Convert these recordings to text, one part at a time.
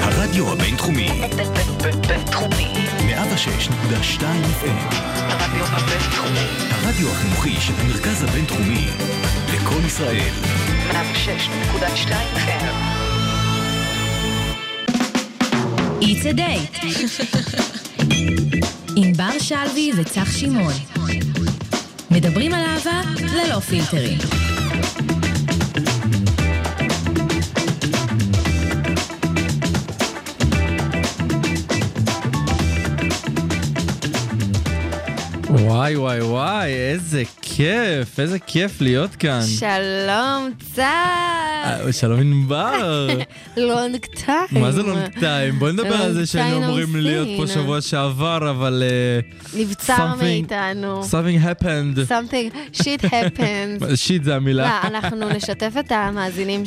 הרדיו הבינתחומי, בינתחומי. 106.2 FM, הרדיו הבינתחומי. הרדיו החינוכי של המרכז הבינתחומי, לקום ישראל, 106.2 FM. It's a date. עם בר שלוי וצח שמעון. מדברים על אהבה ללא פילטרים. וואי וואי וואי, איזה כיף, איזה כיף להיות כאן. שלום צח! אה, שלום ענבר. לונג טיים. מה זה לא נקטיים? בוא נדבר על לונג זה שהיינו time no אמורים להיות פה seen. שבוע שעבר, אבל... אה, נבצר something- מאיתנו. Something happened. something, shit happens. שיט זה לא, המילה. אנחנו נשתף את המאזינים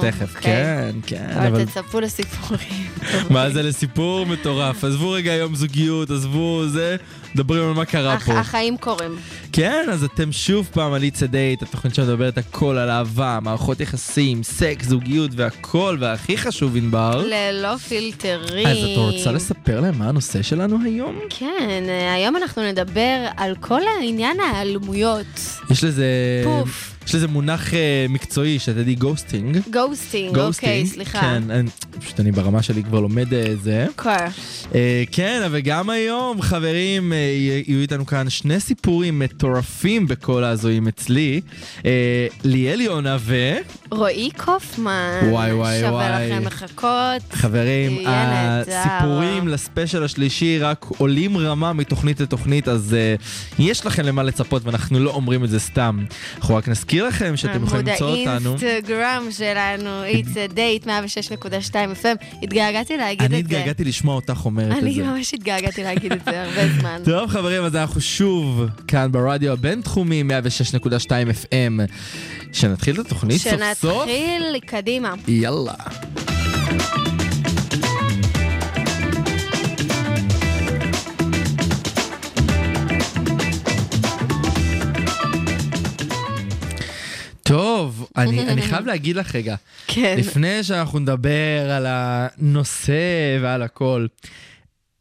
תכף, תכף, אוקיי? כן, כן, אבל אבל תצפו לסיפורים. מה זה לסיפור מטורף. עזבו רגע היום זוגיות, עזבו זה, מדברים על מה קרה הח- פה. החיים קורים. כן, אז אתם שוב פעם על It's a Date, התוכנית שמדברת הכל על אהבה, מערכות יחסים, סקס, זוגיות והכל, והכי חשוב, ענבר. ללא פילטרים. אה? אז את רוצה לספר להם מה הנושא שלנו היום? כן, אה, היום אנחנו נדבר על כל העניין ההיעלמויות. יש לזה... פוף. יש לזה מונח אה, מקצועי שאתה יודעי גוסטינג. גוסטינג, אוקיי, גוסטינג. סליחה. כן, אני, פשוט אני ברמה שלי כבר לומד אה, זה. כן. אה, כן, אבל גם היום, חברים, אה, יה- יהיו איתנו כאן שני סיפורים מטורפים בכל ההזויים אצלי. אה, ליאל יונה ו... רועי קופמן. וואי, וואי, שווה וואי. לכם לחכות. חברים, יהיה נהדר. הסיפורים לספיישל השלישי רק עולים רמה מתוכנית לתוכנית, אז uh, יש לכם למה לצפות, ואנחנו לא אומרים את זה סתם. אנחנו רק נזכיר לכם שאתם יכולים למצוא אותנו. עמוד האינסטגרם שלנו, it's a date 106.2 FM. התגעגעתי להגיד את זה. אני התגעגעתי לשמוע אותך אומרת את אני זה. ממש התגעגעתי להגיד את זה הרבה זמן. טוב חברים, אז אנחנו שוב כאן ברדיו הבינתחומי 106.2 FM. שנתחיל את התוכנית סוף סוף? שנתחיל קדימה. יאללה. טוב, אני, אני חייב להגיד לך רגע, כן. לפני שאנחנו נדבר על הנושא ועל הכל,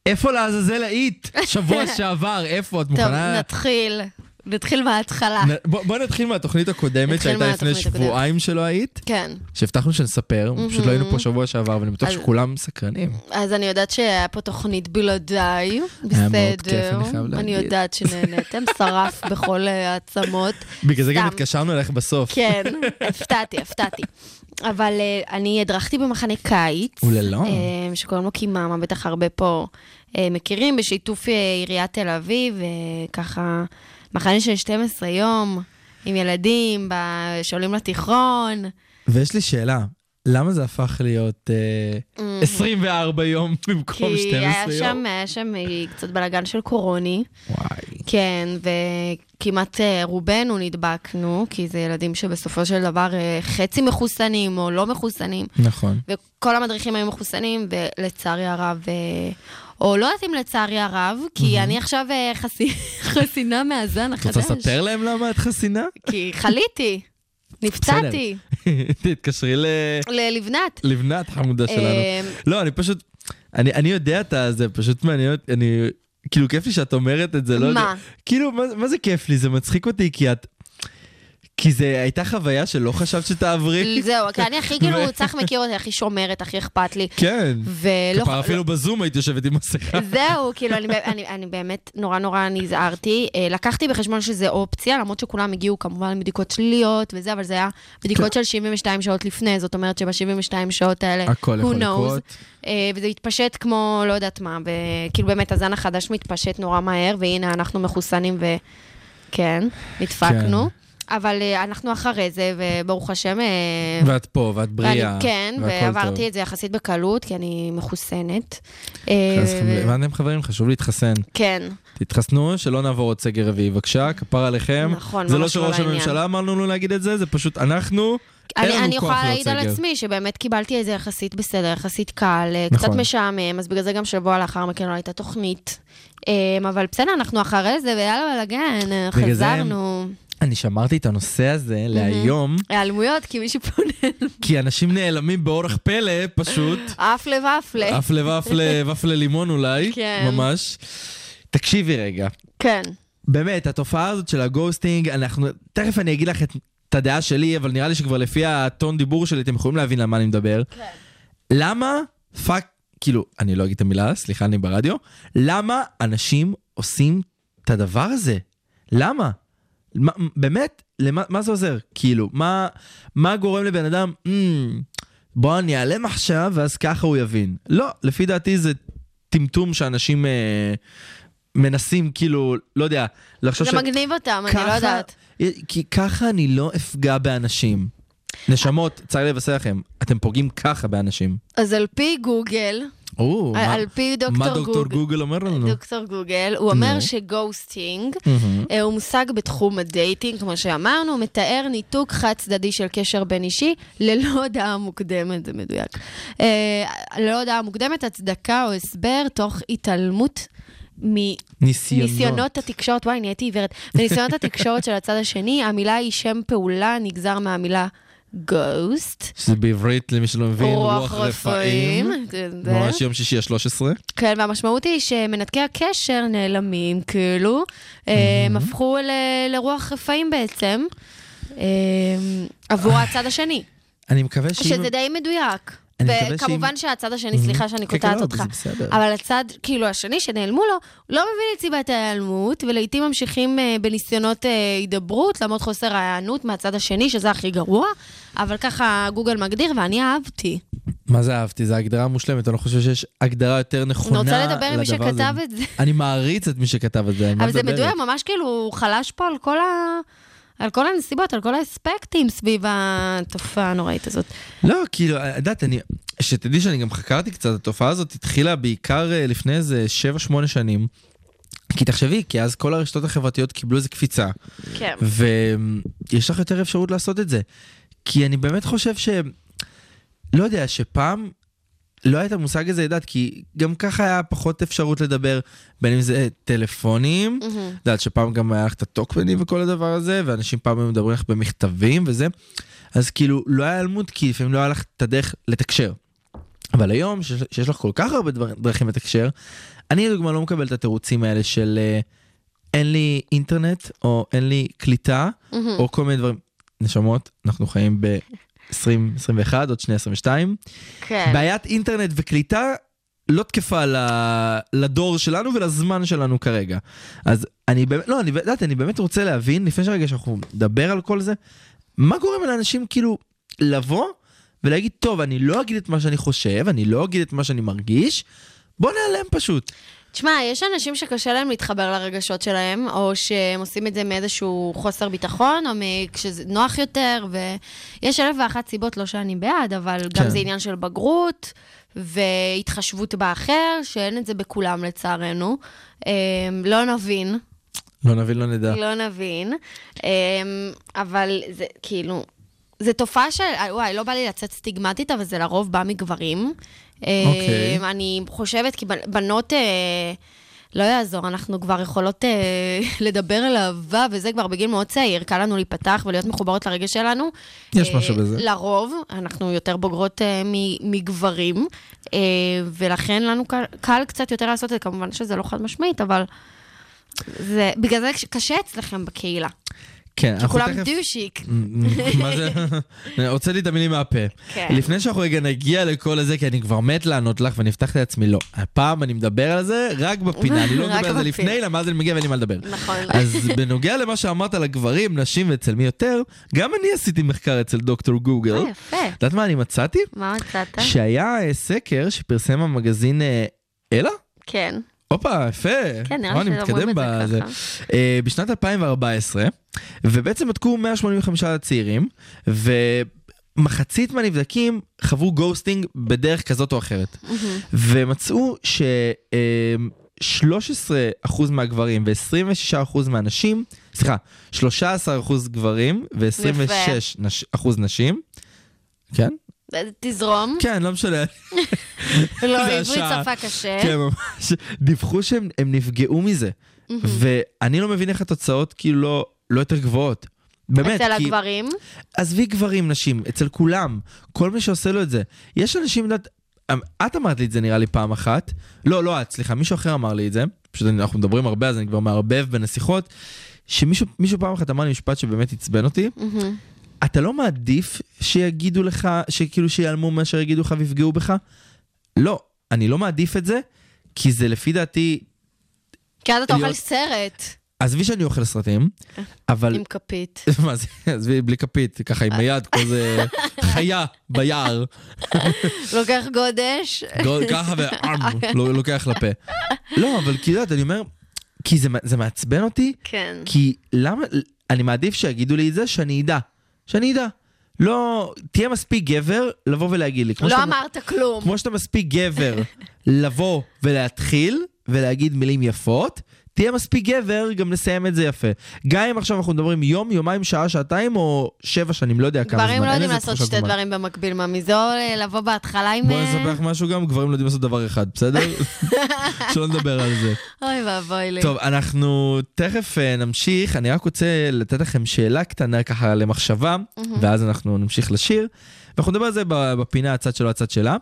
איפה לעזאזל היית? שבוע שעבר, איפה? את טוב, מוכנה? נתחיל. נתחיל מההתחלה. נ- בוא, בוא נתחיל מהתוכנית הקודמת נתחיל שהייתה לפני מהתוכנית הקודמת. שבועיים שלא היית. כן. שהבטחנו שנספר, פשוט לא היינו פה שבוע שעבר, ואני בטוח אז- שכולם סקרנים. אז אני יודעת שהיה פה תוכנית בלעדיי. בסדר. היה מאוד כיף, אני חייב אני להגיד. יודעת שנהנתם, שרף בכל אה, העצמות. בגלל זה גם סתם. התקשרנו אלייך בסוף. כן, הפתעתי, הפתעתי. אבל אה, אני הדרכתי במחנה קיץ. אוללה. אה, שקוראים לו קיממה, בטח הרבה פה אה, מכירים, בשיתוף אה, עיריית תל אביב, אה, ככה, מחנה של 12 יום, עם ילדים, ב- שעולים לתיכון. ויש לי שאלה, למה זה הפך להיות אה, 24 יום כי במקום 12 יום? היה שם, היה שם אה, קצת בלאגן של קורוני. וואי. כן, וכמעט אה, רובנו נדבקנו, כי זה ילדים שבסופו של דבר אה, חצי מחוסנים או לא מחוסנים. נכון. וכל המדריכים היו מחוסנים, ולצערי הרב, אה, או לא יודעת אם לצערי הרב, כי אני עכשיו אה, חסי- חסינה מהזן את רוצה החדש. לספר להם למה את חסינה? כי חליתי, נפצעתי, תתקשרי ל- ל- לבנת. לבנת חמודה שלנו. אה, לא, אני פשוט, אני, אני יודע את זה, פשוט מעניין, אותי, אני, כאילו כיף לי שאת אומרת את זה, לא יודע. מה? כאילו, מה, מה זה כיף לי? זה מצחיק אותי, כי את, כי זה הייתה חוויה שלא חשבת שתעברי. זהו, כי אני הכי כאילו, ו- צח מכיר אותי, הכי שומרת, הכי אכפת לי. כן. ולא... כפר אפילו בזום היית יושבת עם מסכה. זהו, כאילו, אני, בא- אני, אני באמת נורא נורא נזהרתי. אה, לקחתי בחשבון שזה אופציה, למרות שכולם הגיעו כמובן עם בדיקות שליליות וזה, אבל זה היה בדיקות כן. של 72 שעות לפני, זאת אומרת שב-72 שעות האלה, הכל who יכול knows. לקרות. אה, וזה התפשט כמו, לא יודעת מה, וכאילו באמת הזן החדש מתפשט נורא מהר, והנה אנחנו מחוסנים וכן, כן. נדפקנו. אבל אה, אנחנו אחרי זה, וברוך השם... אה, ואת פה, ואת בריאה. ואני, כן, והכל ועברתי טוב. כן, את זה יחסית בקלות, כי אני מחוסנת. אז אה, חברים, הבנתם חברים? חשוב להתחסן. כן. תתחסנו, שלא נעבור עוד סגר רביעי, בבקשה, כפר עליכם. נכון, זה לא ממש לא שראש לעניין. הממשלה אמר לנו להגיד את זה, זה פשוט אנחנו, אין אני, לנו אני כוח יכולה לעוד להעיד על סגר. עצמי שבאמת קיבלתי את זה יחסית בסדר, יחסית קל, אה, נכון. קצת משעמם, אז בגלל זה גם שבוע לאחר מכן לא הייתה אמ, תוכנית. אה, אבל בסדר, אנחנו אחרי זה, ויאללה בלאגן, בגלל זה הם- חזרנו. אני שמרתי את הנושא הזה להיום, היעלמויות, כי מישהו פונה, כי אנשים נעלמים באורח פלא פשוט. אפלה ואפלה. אפלה ואפלה ואפלה לימון אולי, כן. ממש. תקשיבי רגע, כן. באמת, התופעה הזאת של הגוסטינג, אנחנו, תכף אני אגיד לך את, את הדעה שלי, אבל נראה לי שכבר לפי הטון דיבור שלי אתם יכולים להבין למה אני מדבר. כן. למה, פאק, כאילו, אני לא אגיד את המילה, סליחה, אני ברדיו, למה אנשים עושים את הדבר הזה? למה? מה, באמת, למה, מה זה עוזר? כאילו, מה, מה גורם לבן אדם, mm, בוא אני אעלם עכשיו, ואז ככה הוא יבין. לא, לפי דעתי זה טמטום שאנשים אה, מנסים, כאילו, לא יודע, לחשוב זה מגניב אותם, אני לא ככה- אה, יודעת. כי ככה אני לא אפגע באנשים. נשמות, צר לי לבשר לכם, אתם פוגעים ככה באנשים. אז על פי גוגל, או, מה- על פי מה דוקטור דוקטור גוגל, גוגל אומר לנו? דוקטור גוגל, הוא אומר נו. שגוסטינג מהמם. אה, הוא מושג בתחום הדייטינג, כמו שאמרנו, הוא מתאר ניתוק חד צדדי של קשר בין אישי ללא הודעה מוקדמת, זה מדויק. אה, ללא הודעה מוקדמת, הצדקה או הסבר תוך התעלמות מ... ניסיונות. ניסיונות התקשורת, וואי, נהייתי עיוורת. בניסיונות התקשורת של הצד השני, המילה היא שם פעולה, נגזר מהמילה גוסט. שזה בעברית, למי שלא מבין, רוח רפאים. זה- כן, זה. ממש יום שישי ה-13. כן, והמשמעות היא שמנתקי הקשר נעלמים, כאילו. אה, הם הפכו ל- לרוח רפאים בעצם, אה, עבור הצד השני. אני מקווה שאם... שזה די מדויק. אני מקווה וכמובן שהצד השני, סליחה כן, שאני כן, קוטעת לא, אותך, זה בסדר. אבל הצד, כאילו, השני שנעלמו לו, לא מבין את סיבת ההיעלמות, ולעיתים ממשיכים אה, בניסיונות אה, הידברות, למרות חוסר ההיענות מהצד השני, שזה הכי גרוע, אבל ככה גוגל מגדיר, ואני אהבתי. מה זה אהבתי? זו הגדרה מושלמת, אני לא חושב שיש הגדרה יותר נכונה אני לדבר הזה. רוצה לדבר עם מי שכתב את זה. אני מעריץ את מי שכתב את זה, אני לא אבל זה מדברת. מדויק, ממש כאילו, הוא חלש פה על כל ה... על כל הנסיבות, על כל האספקטים סביב התופעה הנוראית הזאת. לא, כאילו, את יודעת, אני, שתדעי שאני גם חקרתי קצת, התופעה הזאת התחילה בעיקר אה, לפני איזה 7-8 שנים. כי תחשבי, כי אז כל הרשתות החברתיות קיבלו איזה קפיצה, כן. ויש לך יותר אפשרות לעשות את זה. כי אני באמת חושב ש... לא יודע, שפעם לא היה את המושג הזה, יודעת, כי גם ככה היה פחות אפשרות לדבר, בין אם זה טלפונים, את יודעת שפעם גם היה לך את הטוקבנים וכל הדבר הזה, ואנשים פעם היו מדברים לך במכתבים וזה, אז כאילו לא היה אלמות, כי לפעמים לא היה לך את הדרך לתקשר. אבל היום, שיש- שיש לך כל כך הרבה דבר- דרכים לתקשר, אני לדוגמה לא מקבל את התירוצים האלה של אה, אין לי אינטרנט, או אין לי קליטה, או כל מיני דברים. נשמות, אנחנו חיים ב-2021, עוד שנייה 22. כן. בעיית אינטרנט וקליטה לא תקפה ל- לדור שלנו ולזמן שלנו כרגע. אז אני באמת, לא, אני יודעת, אני באמת רוצה להבין, לפני שרגע שאנחנו נדבר על כל זה, מה גורם לאנשים כאילו לבוא ולהגיד, טוב, אני לא אגיד את מה שאני חושב, אני לא אגיד את מה שאני מרגיש, בוא נעלם פשוט. תשמע, יש אנשים שקשה להם להתחבר לרגשות שלהם, או שהם עושים את זה מאיזשהו חוסר ביטחון, או כשזה נוח יותר, ויש אלף ואחת סיבות, לא שאני בעד, אבל כן. כן. גם זה עניין של בגרות, והתחשבות באחר, שאין את זה בכולם לצערנו. אה, לא נבין, לא נבין, לא נדע. לא נבין, אמ, אבל זה כאילו, זה תופעה של, אה, וואי, לא בא לי לצאת סטיגמטית, אבל זה לרוב בא מגברים. אוקיי. אמ, אני חושבת, כי בנ- בנות... אה, לא יעזור, אנחנו כבר יכולות אה, לדבר על אהבה, וזה כבר בגיל מאוד צעיר, קל לנו להיפתח ולהיות מחוברות לרגש שלנו. יש אה, משהו בזה. לרוב, אנחנו יותר בוגרות אה, מ- מגברים, אה, ולכן לנו קל, קל קצת יותר לעשות את זה, כמובן שזה לא חד משמעית, אבל זה, בגלל זה קשה אצלכם בקהילה. כן, אנחנו כולם תכף... דושיק. מה זה? אני רוצה לי את המילים מהפה. כן. לפני שאנחנו רגע נגיע לכל הזה, כי אני כבר מת לענות לך ואני הבטחתי לעצמי, לא. הפעם אני מדבר על זה רק בפינה, אני לא רק מדבר על זה בפינה. לפני, אלא מאז אני מגיע ואין לי מה לדבר. נכון. אז בנוגע למה שאמרת על הגברים, נשים ואצל מי יותר, גם אני עשיתי מחקר אצל דוקטור גוגל. אה, יפה. את יודעת מה אני מצאתי? מה מצאת? שהיה אה, סקר שפרסם המגזין אה, אלה? כן. הופה, יפה. כן, נראה וואו, אני שזה אומרים מתקדם את זה בזה. אה, בשנת 2014, ובעצם בדקו 185 צעירים, ומחצית מהנבדקים חוו גוסטינג בדרך כזאת או אחרת. ומצאו ש... אה, 13% מהגברים ו-26% מהנשים, סליחה, 13% גברים ו-26% נש, אחוז נשים, כן? אה, תזרום. כן, לא משנה, לא, כן, זה עברית השעה. שפה קשה. כן, ממש. דיווחו שהם הם נפגעו מזה. ואני לא מבין איך התוצאות כאילו לא לא יותר גבוהות. באמת, אצל כי... הגברים, עזבי גברים, נשים, אצל כולם, כל מי שעושה לו את זה. יש אנשים, יודעת, אמ, את אמרת לי את זה נראה לי פעם אחת, לא, לא את, סליחה, מישהו אחר אמר לי את זה, פשוט אני- אנחנו מדברים הרבה אז אני כבר מערבב בין השיחות, שמישהו מישהו פעם אחת אמר לי משפט שבאמת עצבן אותי, מהמם. אתה לא מעדיף שיגידו לך, שכאילו שיעלמו מאשר יגידו לך ויפגעו בך? לא, אני לא מעדיף את זה, כי זה לפי דעתי, כי אז אתה אוכל להיות- סרט עזבי שאני אוכל סרטים, אה. אבל... עם כפית. מה זה, עזבי, בלי כפית, ככה אה. עם היד, כמו איזה חיה ביער, לוקח גודש, גול ככה אה, ועם, כן. לא- לוקח לפה. לא, אבל כאילו, את יודעת, אני אומר, כי זה מע- זה מעצבן אותי, כן. כי למה, אני מעדיף שיגידו לי את זה, שאני אדע, שאני אדע. לא, תהיה מספיק גבר לבוא ולהגיד לי. כמו לא שאתה- אמרת כלום. כמו שאתה מספיק גבר לבוא ולהתחיל ולהגיד מילים יפות, תהיה מספיק גבר גם לסיים את זה יפה. גם אם עכשיו אנחנו מדברים יום, יומיים, שעה, שעתיים או שבע שנים, לא יודע כמה זמן. גברים לא אין יודעים לזה לעשות תחושת שתי זמן. דברים במקביל, ממי. זה או אה, לבוא בהתחלה עם... בוא אה, נספר לך משהו גם, גברים לא יודעים לעשות דבר אחד, בסדר? שלא נדבר על זה. אה, אוי ואבוי לי. טוב, אנחנו תכף אה, נמשיך, אני רק רוצה לתת לכם שאלה קטנה ככה למחשבה, ואז אנחנו נמשיך לשיר. ואנחנו נדבר על זה ב- בפינה הצד שלו, הצד שלה.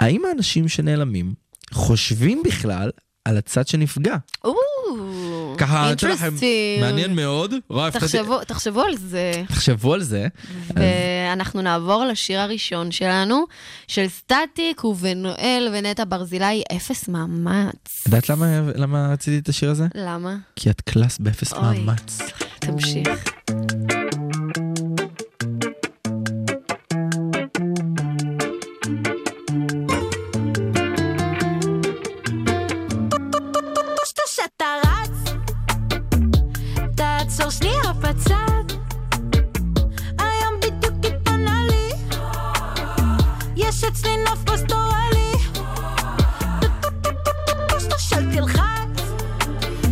האם האנשים שנעלמים חושבים בכלל על הצד שנפגע? או, ככה, אני אתן לכם- interesting. מעניין מאוד. וואי, הפתעתי- תחשבו- תחשבו על זה. תחשבו על זה. ואנחנו נעבור לשיר הראשון שלנו, של סטטיק ובנואל ונטע ברזילי, אפס מאמץ. את יודעת למה- למה רציתי את השיר הזה? למה? כי את קלאס באפס אוי. מאמץ. תמשיך. פשטה שאתה רץ תעצור שנייה בצד היום בדיוק התפנה לי יש אצלי נוף פסטורלי פשטה של תלחץ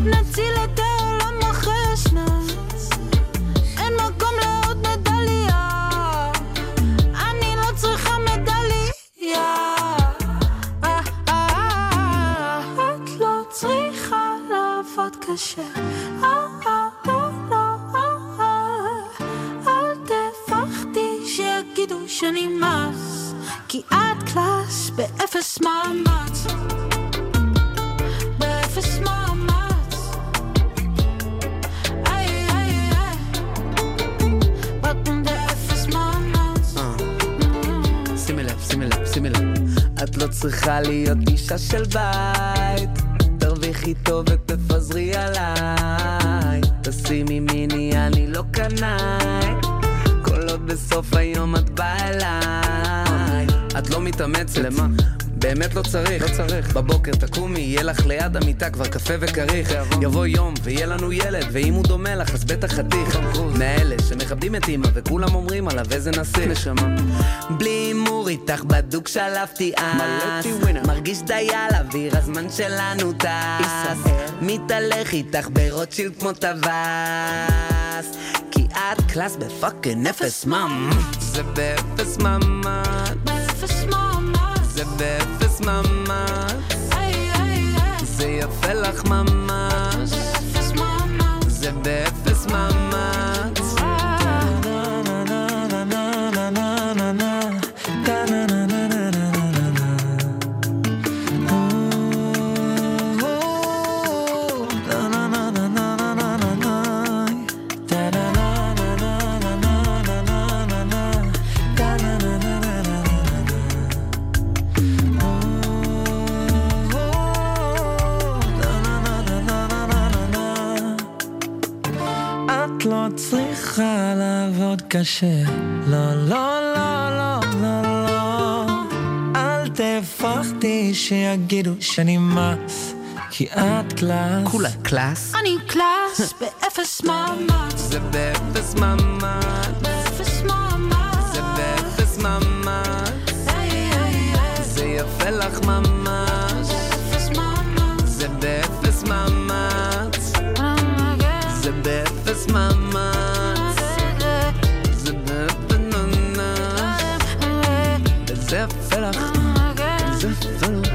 נציל את העולם אחרי השנץ אין מקום לעוד מדליה אני לא צריכה מדליה אה, את לא צריכה לעבוד קשה. אה, אה, אה, לא, אה, אה. אל תפחדי שיגידו שנמאס, כי את קלאס באפס מאמץ. באפס מאמץ. איי, איי, איי. באתם באפס מאמץ. שימי לב, שימי לב, שימי לב. את לא צריכה להיות אישה של בית. תרוויחי טוב ותפזרי עליי. תשימי מיני, אני לא קנאי. כל עוד בסוף היום את באה אליי. את לא מתאמצת. למה? באמת לא צריך, לא צריך. בבוקר תקומי, יהיה לך ליד המיטה כבר קפה וכריך. יבוא יום ויהיה לנו ילד, ואם הוא דומה לך אז בטח חתיך. מאלה שמכבדים את אימא וכולם אומרים עליו איזה נסיך. נשמה. בלי הימור איתך בדוק שלפתי אס. מרגיש די על אוויר הזמן שלנו טס. מתהלך איתך ברוטשילד כמו טווס. כי את קלאס בפאקינג אפס מאמץ. זה באפס מאמץ. באפס מאמץ. זה באפס מאמץ. איי, איי, איי. זה יפה לך ממש. אפס מאמץ. זה באפס מאמץ. את לא צריכה לעבוד קשה. לא, לא, לא, לא, לא, לא. אל תפחדי שיגידו שנמאס, כי את קלאס. כולה קלאס. אני קלאס באפס מאמץ, זה באפס מאמץ. באפס מאמץ. זה באפס מאמץ. איי, איי, איי, זה יפה לך ממש. אפס מאמץ. זה באפס מאמץ. Oh זה באפס מאמץ. זה באפס מאמץ. זה יפה לך. oh זה יפה לך.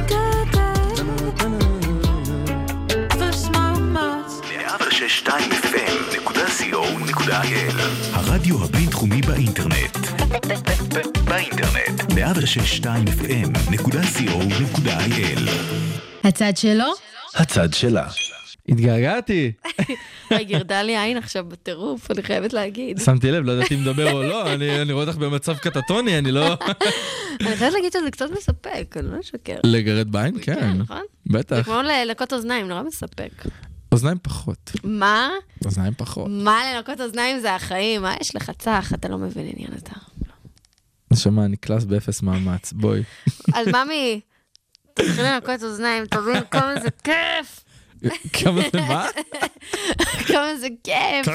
אפס מאמץ. 106.2 FM, נקודה co הבינתחומי באינטרנט. באינטרנט. 106.2fm.co.il הצד שלו? הצד שלה. התגעגעתי. וואי, גירדה לי עין עכשיו בטירוף, אני חייבת להגיד. שמתי לב, לא ידעתי אם לדבר או לא, אני אני רואה אותך במצב קטטוני, אני לא... אני חייבת להגיד שזה קצת מספק, אני לא אשקר. לגרד בעין? כן, כן. נכון? זה בטח. כמו ללקות אוזניים, נורא מספק. אוזניים פחות. מה? אוזניים פחות. מה לנקות אוזניים זה החיים? מה יש לך צח? אתה לא מבין עניין אתה. נשמה, אני קלאס באפס מאמץ, בואי. אז ממי, תתחיל לנקות אוזניים, תבין כמה זה כיף! כמה זה מה? כמה זה כיף!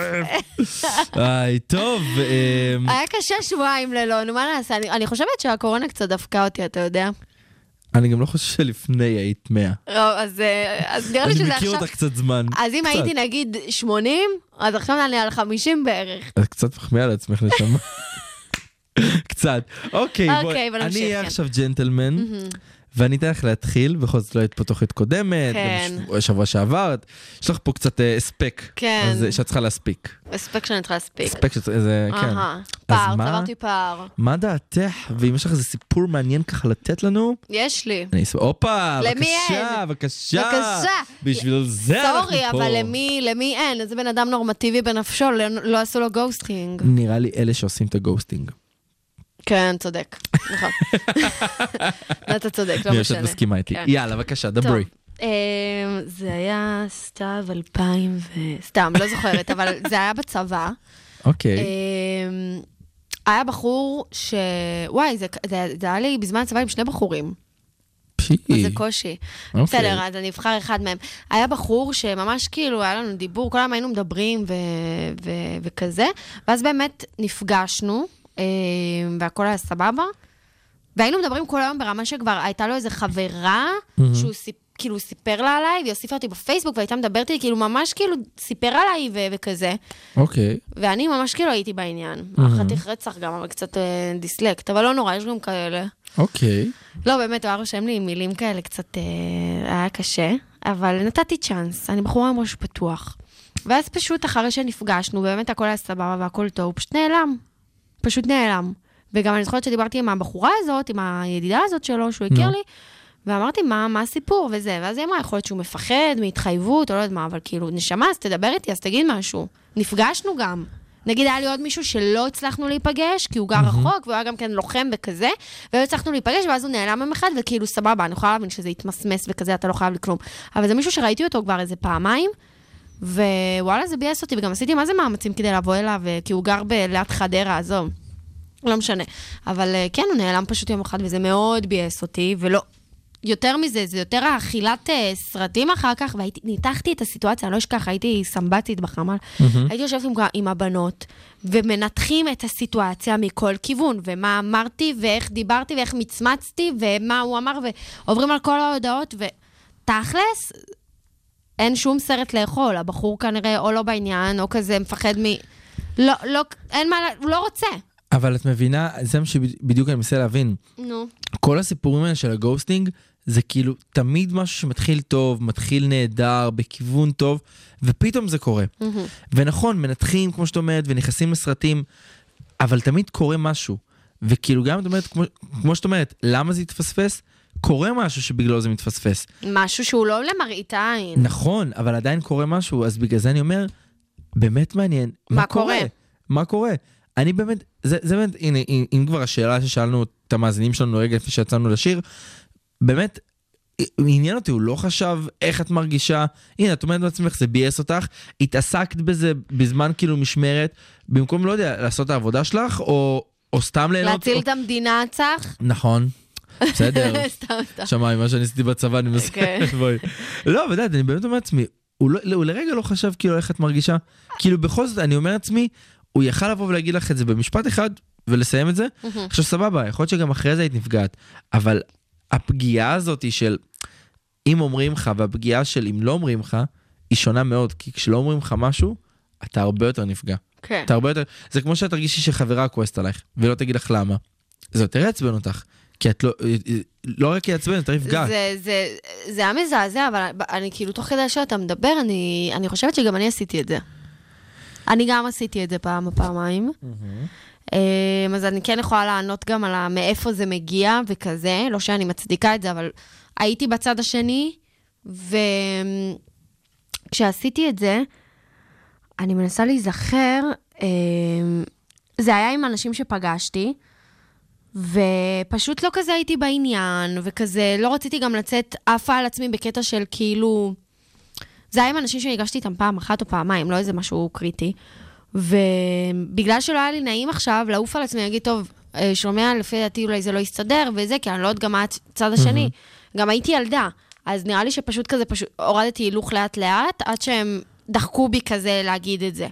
היי, טוב. אמ, היה קשה שבועיים ללא, נו מה נעשה? אני- אני חושבת שהקורונה קצת דפקה אותי, אתה יודע? אני גם לא חושב שלפני היית 100. לא, אז אה, אז נראה לי אני שזה מכיר עכשיו... אותך קצת זמן. אז אם קצת. הייתי נגיד 80, אז עכשיו אני על 50 בערך. את קצת מחמיאה לעצמך נשמה. קצת. אוקיי, בואי. אוקיי, בוא אני נמשיך, אהיה כן. עכשיו ג'נטלמן, ואני אתן לך להתחיל, בכל זאת לא היית פה תוכנית קודמת, כן. גם שבוע- שבוע שעבר, את- יש לך פה קצת אה, הספק. כן. אז, אה, שאת צריכה להספיק. הספק שאני צריכה להספיק. הספק שאת... זה, כן. אהה. אז פער, מה- צברתי פער. מה דעתך, ואם יש לך איזה סיפור מעניין ככה לתת לנו, יש לי. אני אשמח. הופה, למי בבקשה, אין? בבקשה. בבקשה. בשביל זה אנחנו פה. סורי, אבל למי, למי אין? איזה בן אדם נורמטיבי בנפשו, לא, לא עשו לו גוסטינג. נראה לי אלה שעושים את הגוסטינג. כן, צודק. נכון. אתה צודק, לא אני משנה. שאת מסכימה איתי. כן. יאללה, בבקשה, טוב, דברי. אה, זה היה סתיו 2000 ו... סתם, לא זוכרת, אבל זה היה בצבא. אוקיי. אה, היה בחור ש... וואי, זה, זה, זה היה לי בזמן הצבא עם שני בחורים. פי. אז זה קושי. אוקיי. בסדר, אז אני אבחר אחד מהם. היה בחור שממש כאילו, היה לנו דיבור, כל היום היינו מדברים ו- ו- וכזה, ואז באמת נפגשנו, אה, והכל היה סבבה, והיינו מדברים כל היום ברמה שכבר הייתה לו איזו חברה, שהוא סיפ... כאילו סיפר לה עליי, והיא הוסיפה אותי בפייסבוק, והייתה מדברת איתי, כאילו ממש כאילו סיפר עליי ו- וכזה. אוקיי. ואני ממש כאילו הייתי בעניין. חתיך רצח גם, אבל קצת אה, דיסלקט, אבל לא נורא, יש גם כאלה. אוקיי. לא, באמת, הוא היה רושם לי עם מילים כאלה קצת, אה, היה קשה, אבל נתתי צ'אנס, אני בחורה עם ראש פתוח. ואז פשוט אחרי שנפגשנו, באמת הכל היה סבבה והכל טוב, הוא פשוט נעלם. פשוט נעלם. וגם אני זוכרת שדיברתי עם הבחורה הזאת, עם הידידה הזאת שלו, שהוא הכיר לי, ואמרתי, מה, מה הסיפור וזה, ואז היא אמרה, יכול להיות שהוא מפחד מהתחייבות, או לא יודעת מה, אבל כאילו, נשמה, אז תדבר איתי, אז תגיד משהו. נפגשנו גם. נגיד היה לי עוד מישהו שלא הצלחנו להיפגש, כי הוא גר רחוק, והוא היה גם כן לוחם וכזה, ולא הצלחנו להיפגש, ואז הוא נעלם יום אחד, וכאילו, סבבה, אני יכולה להבין שזה התמסמס וכזה, אתה לא חייב לי כלום. אבל זה מישהו שראיתי אותו כבר איזה פעמיים, ווואלה, זה ביאס אותי, וגם עשיתי מה זה מאמצים כדי לבוא אליו, אה, כי הוא גר ב- ליד חדרה, עזוב. לא משנה. אבל אה, כן, הוא נעלם פשוט יום אחד, וזה מאוד ביאס אותי, ולא... יותר מזה, זה יותר האכילת אה, סרטים אחר כך, והייתי, ניתחתי את הסיטואציה, אני לא אשכח, הייתי סמב"צית בחמ"ל. הייתי יושבת עם, עם הבנות, ומנתחים את הסיטואציה מכל כיוון, ומה אמרתי, ואיך דיברתי, ואיך מצמצתי, ומה הוא אמר, ועוברים על כל ההודעות, ותכלס, אין שום סרט לאכול, הבחור כנראה או לא בעניין, או כזה מפחד מ... לא, לא, אין מה, לה- הוא לא רוצה. אבל את מבינה, זה מה שבדיוק אני מנסה להבין. נו. כל הסיפורים האלה של הגוסטינג, זה כאילו תמיד משהו שמתחיל טוב, מתחיל נהדר, בכיוון טוב, ופתאום זה קורה. ונכון, מנתחים, כמו שאת אומרת, ונכנסים לסרטים, אבל תמיד קורה משהו. וכאילו גם את אומרת, כמו, כמו שאת אומרת, למה זה התפספס? קורה משהו שבגללו זה מתפספס. משהו שהוא לא למראית עין. נכון, אבל עדיין קורה משהו, אז בגלל זה אני אומר, באמת מעניין, מה, מה קורה? מה קורה? אני באמת, זה, זה באמת, הנה, אם- אם כבר השאלה ששאלנו את המאזינים שלנו רגע לפני שיצאנו לשיר, באמת, עניין אותי, הוא לא חשב איך את מרגישה, הנה, את אומרת בעצמך, זה ביאס אותך, התעסקת בזה בזמן כאילו משמרת, במקום, לא יודע, לעשות את העבודה שלך, או, או סתם ליהנות. להציל את או... המדינה צח? נכון, בסדר. סתם, סתם. שמע, מה שאני עשיתי בצבא, אני מנסה, כן. בואי. לא, אבל יודעת, אני באמת אומר לעצמי, הוא לא- לא- הוא לרגע לא חשב כאילו איך את מרגישה. כאילו בכל זאת, אני אומר לעצמי, הוא יכל לבוא ולהגיד לך את זה במשפט אחד ולסיים את זה. עכשיו סבבה, יכול להיות שגם אחרי זה היית נפגעת, אבל הפגיעה הזאת היא של אם אומרים לך והפגיעה של אם לא אומרים לך, היא שונה מאוד, כי כשלא אומרים לך משהו, אתה הרבה יותר נפגע. כן. אתה הרבה יותר, זה כמו שאת תרגישי שחברה כועסת עלייך, ולא תגיד לך למה. זה יותר יעצבן אותך, כי את לא, לא רק יעצבן, יותר נפגעת. זה, זה, זה היה מזעזע, אבל אני כאילו, תוך כדי שאתה מדבר, אני, אני חושבת שגם אני עשיתי את זה. אני גם עשיתי את זה פעם או פעמיים. אמ, אז אני כן יכולה לענות גם על ה- מאיפה זה מגיע וכזה, לא שאני מצדיקה את זה, אבל הייתי בצד השני, וכשעשיתי את זה, אני מנסה להיזכר, אמ, זה היה עם אנשים שפגשתי, ופשוט לא כזה הייתי בעניין, וכזה לא רציתי גם לצאת עפה על עצמי בקטע של כאילו... זה היה עם אנשים שניגשתי איתם פעם אחת או פעמיים, לא איזה משהו קריטי. ובגלל שלא היה לי נעים עכשיו לעוף על עצמי, להגיד, טוב, אה, שומע, לפי דעתי אולי זה לא יסתדר וזה, כי אני לא יודעת גם מה הצד השני. גם הייתי ילדה, אז נראה לי שפשוט כזה, פשוט הורדתי הילוך לאט-לאט, עד שהם דחקו בי כזה להגיד את זה.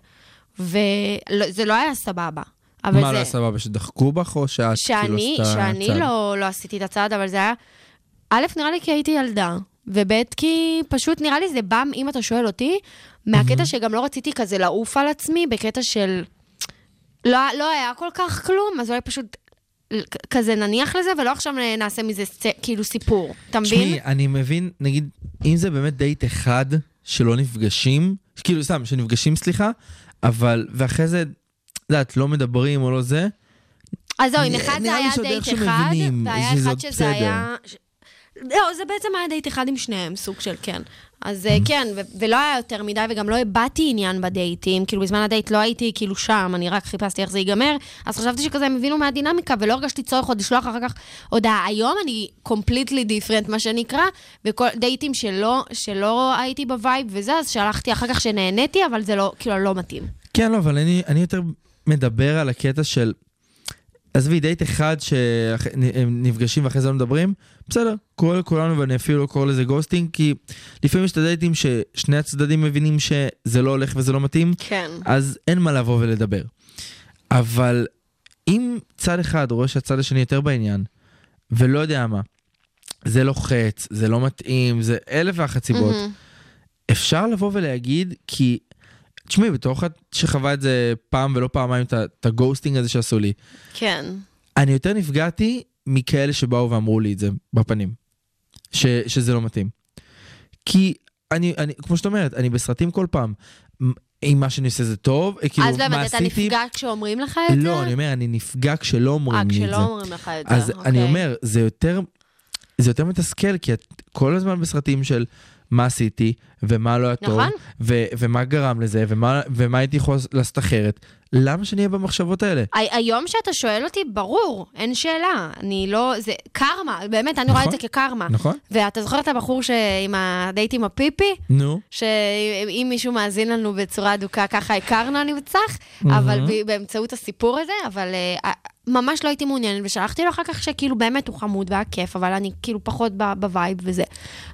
וזה לא היה סבבה. אבל מה זה... לא סבבה, שדחקו בך או שאת כאילו שאני, עשתה שאני צעד? לא, לא עשיתי את הצעד, אבל זה היה... א', נראה לי כי הייתי ילדה, וב', כי פשוט נראה לי זה בא, אם אתה שואל אותי, מהקטע שגם לא רציתי כזה לעוף על עצמי, בקטע של... לא, לא היה כל כך כלום, אז אולי פשוט ל- כ- כזה נניח לזה, ולא עכשיו נעשה מזה סצ- כאילו סיפור. אתה מבין? תשמעי, אני מבין, נגיד, אם זה באמת דייט אחד שלא נפגשים, כאילו סתם, שנפגשים סליחה, אבל, ואחרי זה, את יודעת, לא מדברים או לא זה, אז זהו, אם נראה- אחד זה נראה לי היה שעוד דייט איכשהו אחד, מבינים והיה שזה אחד עוד שזה בסדר. היה... ש- לא, זה בעצם היה דייט אחד עם שניהם, סוג של כן. אז Mm. אה, כן, ו- ולא היה יותר מדי, וגם לא הבעתי עניין בדייטים. כאילו, בזמן הדייט לא הייתי כאילו שם, אני רק חיפשתי איך זה ייגמר. אז חשבתי שכזה הם הבינו מהדינמיקה, ולא הרגשתי צורך עוד לשלוח אחר כך הודעה. היום אני completely different, מה שנקרא, וכל דייטים שלא, שלא הייתי בווייב וזה, אז שלחתי אחר כך שנהניתי, אבל זה לא, כאילו, לא מתאים. כן, לא, אבל אני, אני יותר מדבר על הקטע של... עזבי, דייט אחד שהם נפגשים ואחרי זה לא מדברים, בסדר, קורא לכולנו ואני אפילו לא קורא לזה גוסטינג, כי לפעמים יש את הדייטים ששני הצדדים מבינים שזה לא הולך וזה לא מתאים, כן. אז אין מה לבוא ולדבר. אבל אם צד אחד רואה שהצד השני יותר בעניין, ולא יודע מה, זה לוחץ, זה לא מתאים, זה אלף ואחת סיבות, אפשר לבוא ולהגיד, כי, תשמעי, בתור אחת שחווה את זה פעם ולא פעמיים, את ה- את הגוסטינג הזה שעשו לי, כן. אני יותר נפגעתי מכאלה שבאו ואמרו לי את זה בפנים, ש, שזה לא מתאים. כי אני, אני, כמו שאת אומרת, אני בסרטים כל פעם, מ- אם מה שאני עושה זה טוב, אה, כאילו, אז לא מה הבנתי, אתה עשיתי... נפגע כשאומרים לך את זה? לא, אני אומר, אני נפגע כשלא אה, אומרים לי את זה. כשלא אומרים לך את זה, אז אוקיי. אני אומר, זה יותר, זה יותר מתסכל, כי את כל הזמן בסרטים של מה עשיתי, ומה לא היה טוב, נכון. ו- ומה גרם לזה, ומה, ומה הייתי יכול לעשות אחרת. למה שאני אהיה במחשבות האלה? הי- היום שאתה שואל אותי, ברור, אין שאלה. אני לא... זה קרמה, באמת, אני רואה את זה נכון. כקרמה. נכון? ואתה זוכר את הבחור ש- עם הדייט עם הפיפי? נו. שאם מישהו מאזין לנו בצורה אדוקה, ככה הכרנו הנרצח, אבל ב- באמצעות הסיפור הזה, אבל אה, ממש לא הייתי מעוניינת, ושלחתי לו אחר כך שכאילו באמת הוא חמוד והיה כיף, אבל אני כאילו פחות ב- בווייב וזה.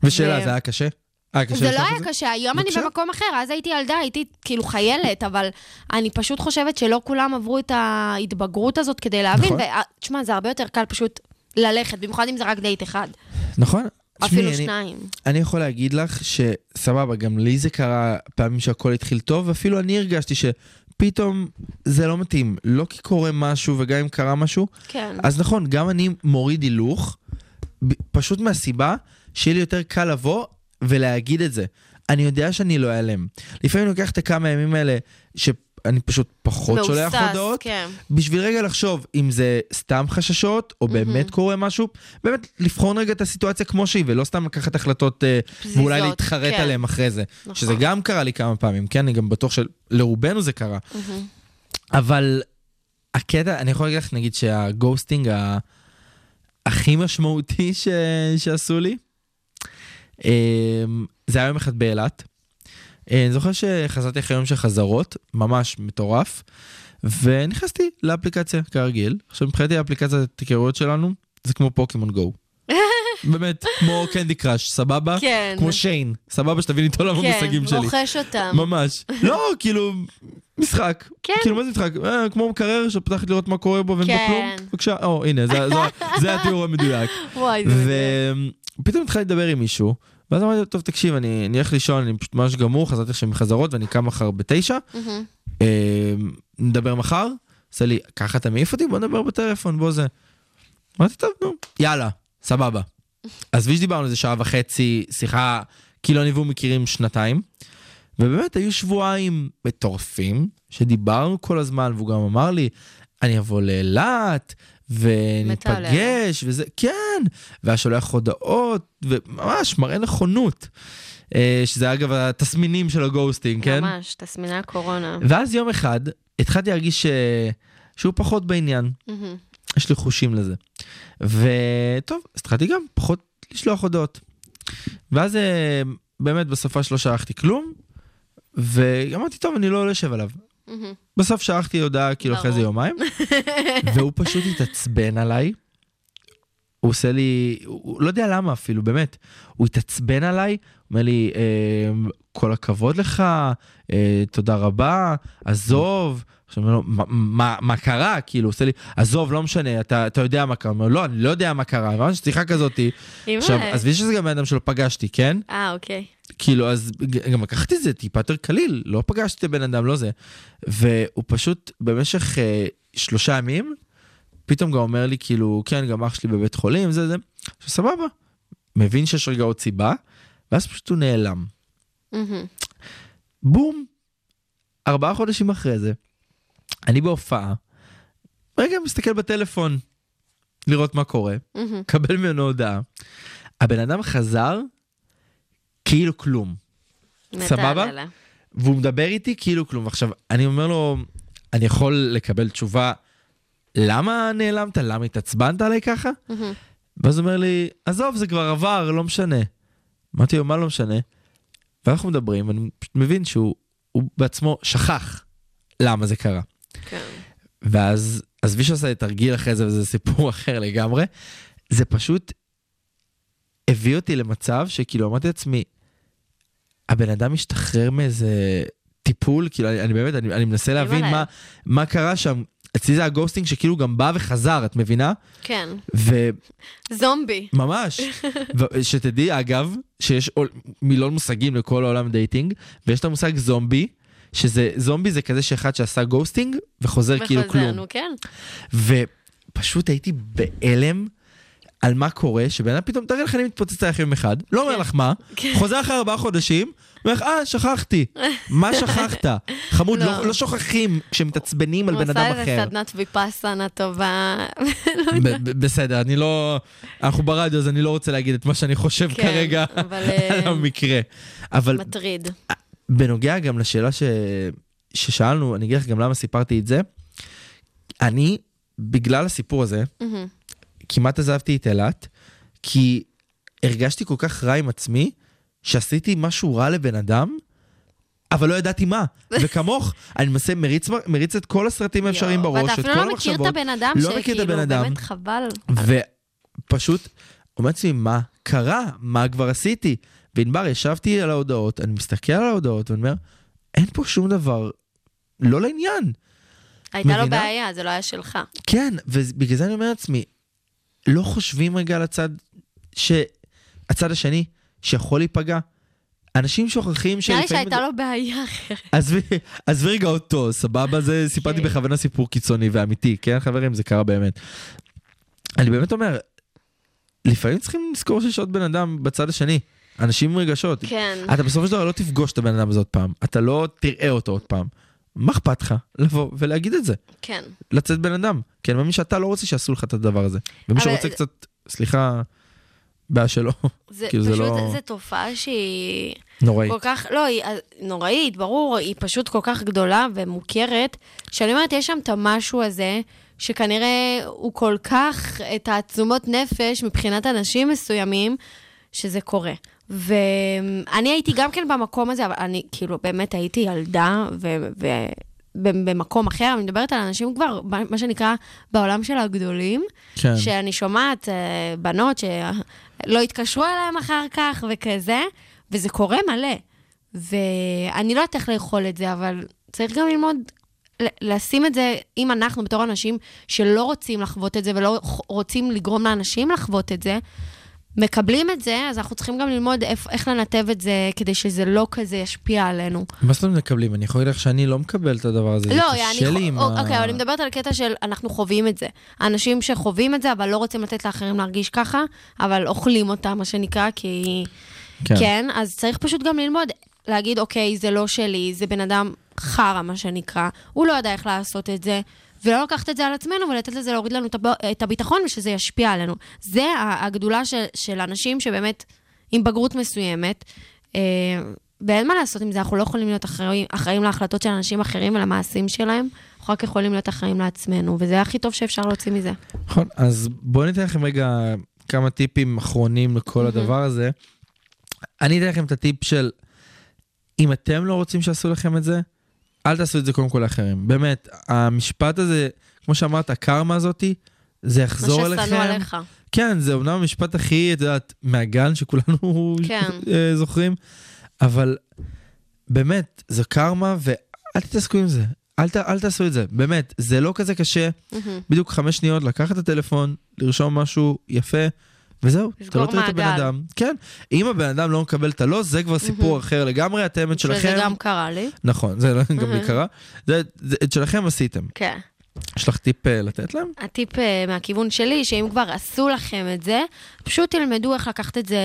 ושאלה, ו- זה היה קשה? היה קשה זה לא לשלוח היה את קשה, היום אני בבקשה. במקום אחר, אז הייתי ילדה, הייתי כאילו חיילת, אבל אני פשוט חושבת שלא כולם עברו את ההתבגרות הזאת כדי להבין, נכון. ותשמע, זה הרבה יותר קל פשוט ללכת, במיוחד אם זה רק דייט אחד, נכון? אפילו תשמעי, אני- שניים. אני יכול להגיד לך שסבבה, גם לי זה קרה פעמים שהכל התחיל טוב, ואפילו אני הרגשתי שפתאום זה לא מתאים. לא כי קורה משהו וגם אם קרה משהו. כן. אז נכון, גם אני מוריד הילוך, ב- פשוט מהסיבה שיהיה לי יותר קל לבוא ולהגיד את זה. אני יודע שאני לא אעלם. לפעמים אני לוקח את הכמה ימים האלה, שאני פשוט פחות שולח מהוסס, הודעות, כן. בשביל רגע לחשוב אם זה סתם חששות, או Mhm. באמת קורה משהו, באמת לבחון רגע את הסיטואציה כמו שהיא, ולא סתם לקחת החלטות, אה, פזיזות, ואולי להתחרט כן. עליהן אחרי זה. נכון. שזה גם קרה לי כמה פעמים, כן? אני גם בטוח שלרובנו זה קרה. Mhm. אבל הקטע, אני יכול להגיד לך, נגיד שהגוסטינג ה- הכי משמעותי ש... שעשו לי, אמ, זה היה יום אחד באילת. אה, אני זוכר שחזרתי אחרי יום של חזרות, ממש מטורף, ונכנסתי לאפליקציה, כרגיל. עכשיו, מבחינתי האפליקציה התיכרויות שלנו, זה כמו פוקימון גו. באמת, כמו קנדי קראש, סבבה? כן. כמו שיין, סבבה שתביני את עולם המושגים שלי. רוכש אותם. ממש. לא, כאילו, משחק. כן. כאילו, מה זה משחק? אה, כמו מקרר שפתחת לראות מה קורה בו ואין בו כן. כלום. בבקשה, או, הנה, זה- זה- זה התיאור המדויק. וואי, זה מדהים. ופתאום התחלתי לדבר עם מישהו, ואז אמרתי לו, טוב, תקשיב, אני אני הולך לישון, אני פשוט ממש גמור, חזרתי עכשיו מחזרות ואני קם מחר בתשע. אה, נדבר מחר? עושה לי, ככה אתה מעיף אותי? בוא נדבר בטלפון, בוא זה. אמרתי, טוב, נו, יאללה, סבבה. עזבי שדיברנו איזה שעה וחצי, לא שיחה, כאילו אני והוא מכירים שנתיים. ובאמת היו שבועיים מטורפים, שדיברנו כל הזמן, והוא גם אמר לי, אני אבוא לאילת, וניפגש, וזה, כן, והיה שולח הודעות, וממש מראה נכונות. אה, שזה אגב התסמינים של הגוסטינג, כן? ממש, תסמיני הקורונה. ואז יום אחד התחלתי להרגיש ש... שהוא פחות בעניין, מהמם. יש לי חושים לזה. וטוב, אז התחלתי גם פחות לשלוח הודעות. ואז אה, באמת בסופה שלא שלחתי כלום, ואמרתי, טוב, אני לא יושב עליו. מהמם. בסוף שלחתי הודעה כאילו אחרי זה ברור. יומיים, והוא פשוט התעצבן עליי. הוא עושה לי, הוא הוא לא יודע למה אפילו, באמת. הוא התעצבן עליי, אומר לי, אה, כל הכבוד לך, אה, תודה רבה, עזוב. עכשיו אני אומר לו, "מה- מה- מה קרה? כאילו, הוא עושה לי, עזוב, לא משנה, אתה אתה יודע מה קרה. הוא אומר, לא, אני לא יודע מה קרה, ממש שיחה כזאתי. אימא. עכשיו, עזבי שזה גם בן אדם שלא פגשתי, כן? אה, אוקיי. כאילו, אז ג- גם לקחתי את זה טיפה יותר קליל, לא פגשתי את הבן אדם, לא זה. והוא פשוט במשך אה, שלושה ימים, פתאום גם אומר לי, כאילו, כן, גם אח שלי בבית חולים, זה זה. עכשיו, סבבה. מבין שיש רגע עוד סיבה, ואז פשוט הוא נעלם. מהמם. בום. ארבעה חודשים אחרי זה, אני בהופעה, רגע מסתכל בטלפון, לראות מה קורה, מהמם. קבל ממנו הודעה. הבן אדם חזר, כאילו כלום. מתה סבבה? עליה. והוא מדבר איתי כאילו כלום. עכשיו, אני אומר לו, אני יכול לקבל תשובה, למה נעלמת? למה התעצבנת עליי ככה? מהמם. ואז הוא אומר לי, עזוב, זה כבר עבר, לא משנה. אמרתי לו, מה לא משנה? ואנחנו מדברים, ואני פשוט מבין שהוא הוא בעצמו שכח למה זה קרה. כן. ואז, עזבי שעשה לי תרגיל אחרי זה, וזה סיפור אחר לגמרי, זה פשוט הביא אותי למצב שכאילו אמרתי לעצמי, הבן אדם משתחרר מאיזה טיפול, כאילו אני, אני באמת, אני, אני מנסה להבין עליי. מה, מה קרה שם. אצלי זה הגוסטינג שכאילו גם בא וחזר, את מבינה? כן. ו... זומבי. ממש. ו- שתדעי, אגב, שיש עול- מילון מושגים לכל העולם דייטינג, ויש את המושג זומבי, שזה, זומבי זה כזה שאחד שעשה גוסטינג וחוזר כאילו וחוזר, כלום. נו, כן. ופשוט הייתי בהלם על מה קורה, שבן אדם פתאום, תראה לך, אני מתפוצץ עליך יום אחד, לא כן. אומר לך מה, חוזר אחרי ארבעה חודשים, אומר לך, אה, שכחתי. מה שכחת? חמוד, לא. לא לא שוכחים כשמתעצבנים על בן אדם הוא עשה איזה אחר. סדנת ויפאסנה טובה. ב- ב- בסדר, אני לא... אנחנו ברדיו, אז אני לא רוצה להגיד את מה שאני חושב כן, כרגע אבל, על אה, המקרה. אבל מטריד. בנוגע גם לשאלה ש... ששאלנו, אני אגיד לך גם למה סיפרתי את זה. אני, בגלל הסיפור הזה, מהמם. כמעט עזבתי את אילת, כי הרגשתי כל כך רע עם עצמי, שעשיתי משהו רע לבן אדם, אבל לא ידעתי מה. וכמוך, אני מנסה, מריץ, מריץ את כל הסרטים האפשריים יואו, בראש, את ואתה כל אפילו לא מכיר המחשבות. את הבן אדם, לא מכיר את הבן שכאילו, אדם. באמת חבל. ופשוט אומר לעצמי, מה קרה? מה כבר עשיתי? וענבר, ישבתי על ההודעות, אני מסתכל על ההודעות ואני אומר, אין פה שום דבר לא לעניין. הייתה לו מבינה? בעיה, זה לא היה שלך. כן, ובגלל זה אני אומר לעצמי, לא חושבים רגע על הצד, ש... הצד השני שיכול להיפגע. אנשים שוכחים נראה שלפעמים... לי שהייתה לו בעיה אחרת. עזבי, עזבי רגע אותו, סבבה? זה סיפרתי אוקיי. בכוונה סיפור קיצוני ואמיתי, כן חברים? זה קרה באמת. אני באמת אומר, לפעמים צריכים לזכור שיש עוד בן אדם בצד השני. אנשים עם רגשות. כן. אתה בסופו של דבר לא תפגוש את הבן אדם הזה עוד פעם, אתה לא תראה אותו עוד פעם. מה אכפת לך לבוא ולהגיד את זה? כן. לצאת בן אדם. כי אני מאמין שאתה לא רוצה שיעשו לך את הדבר הזה. ומי אבל- שרוצה קצת, סליחה, בעיה שלו, זה כאילו, זה פשוט, לא- זו תופעה שהיא נוראית. כל כך, לא, היא אה, נוראית, ברור, היא פשוט כל כך גדולה ומוכרת, שאני אומרת, יש שם את המשהו הזה, שכנראה הוא כל כך, את תעצומות נפש מבחינת אנשים מסוימים, שזה קורה. ואני הייתי גם כן במקום הזה, אבל אני כאילו באמת הייתי ילדה, ו... ו... ב- במקום אחר, אני מדברת על אנשים כבר, מה מה שנקרא, בעולם של הגדולים, כן. שאני שומעת אה, בנות שלא התקשרו אליהם אחר כך וכזה, וזה קורה מלא. ואני לא יודעת איך לאכול את זה, אבל צריך גם ללמוד ל- לשים את זה, אם אנחנו בתור אנשים שלא רוצים לחוות את זה ולא ח- רוצים לגרום לאנשים לחוות את זה, מקבלים את זה, אז אנחנו צריכים גם ללמוד איך, איך לנתב את זה כדי שזה לא כזה ישפיע עלינו. מה זאת אומרת מקבלים? אני יכול להגיד לך שאני לא מקבל את הדבר הזה, זה לא, קשה לי אני... עם חו- ה... אוקיי, אבל אני מדברת על קטע של אנחנו חווים את זה. אנשים שחווים את זה, אבל לא רוצים לתת לאחרים להרגיש ככה, אבל אוכלים אותה, מה שנקרא, כן, כי... כן. אז צריך פשוט גם ללמוד, להגיד, אוקיי, זה לא שלי, זה בן אדם חרא, מה שנקרא. הוא לא ידע איך לעשות את זה. ולא לקחת את זה על עצמנו ולתת לזה להוריד לנו את הב- את הביטחון ושזה ישפיע עלינו. זה ה- הגדולה של, של אנשים שבאמת עם בגרות מסוימת, אה, ואין מה לעשות עם זה, אנחנו לא יכולים להיות אחראים, אחראים להחלטות של אנשים אחרים ולמעשים שלהם, אנחנו רק יכולים להיות אחראים לעצמנו, וזה הכי טוב שאפשר להוציא מזה. נכון, אז בואו ניתן לכם רגע כמה טיפים אחרונים לכל הדבר הזה. אני אתן לכם את הטיפ של, אם אתם לא רוצים שיעשו לכם את זה, אל תעשו את זה קודם כל לאחרים. באמת, המשפט הזה, כמו שאמרת, הקרמה הזאתי, זה יחזור מה אליכם. ששנוא עליך. כן, זה אומנם המשפט הכי, את יודעת, מהגן שכולנו כן. אה, זוכרים, אבל באמת, זה קרמה, ואל תתעסקו עם זה. אל, ת, אל תעשו את זה, באמת, זה לא כזה קשה. מהמם. בדיוק חמש שניות לקחת את הטלפון, לרשום משהו יפה, וזהו, אתה לא לסגור תראה את הבן מעגל. אדם. כן, אם הבן אדם לא מקבל את הלא, זה כבר סיפור אחר לגמרי, את האמת שזה שלכם. גם קרה לי. נכון, זה לא- גם מהמם. לי קרה. זה- זה- את שלכם עשיתם. כן. יש לך טיפ אה, לתת להם? הטיפ אה, מהכיוון שלי, שאם כבר עשו לכם את זה, פשוט תלמדו איך לקחת את זה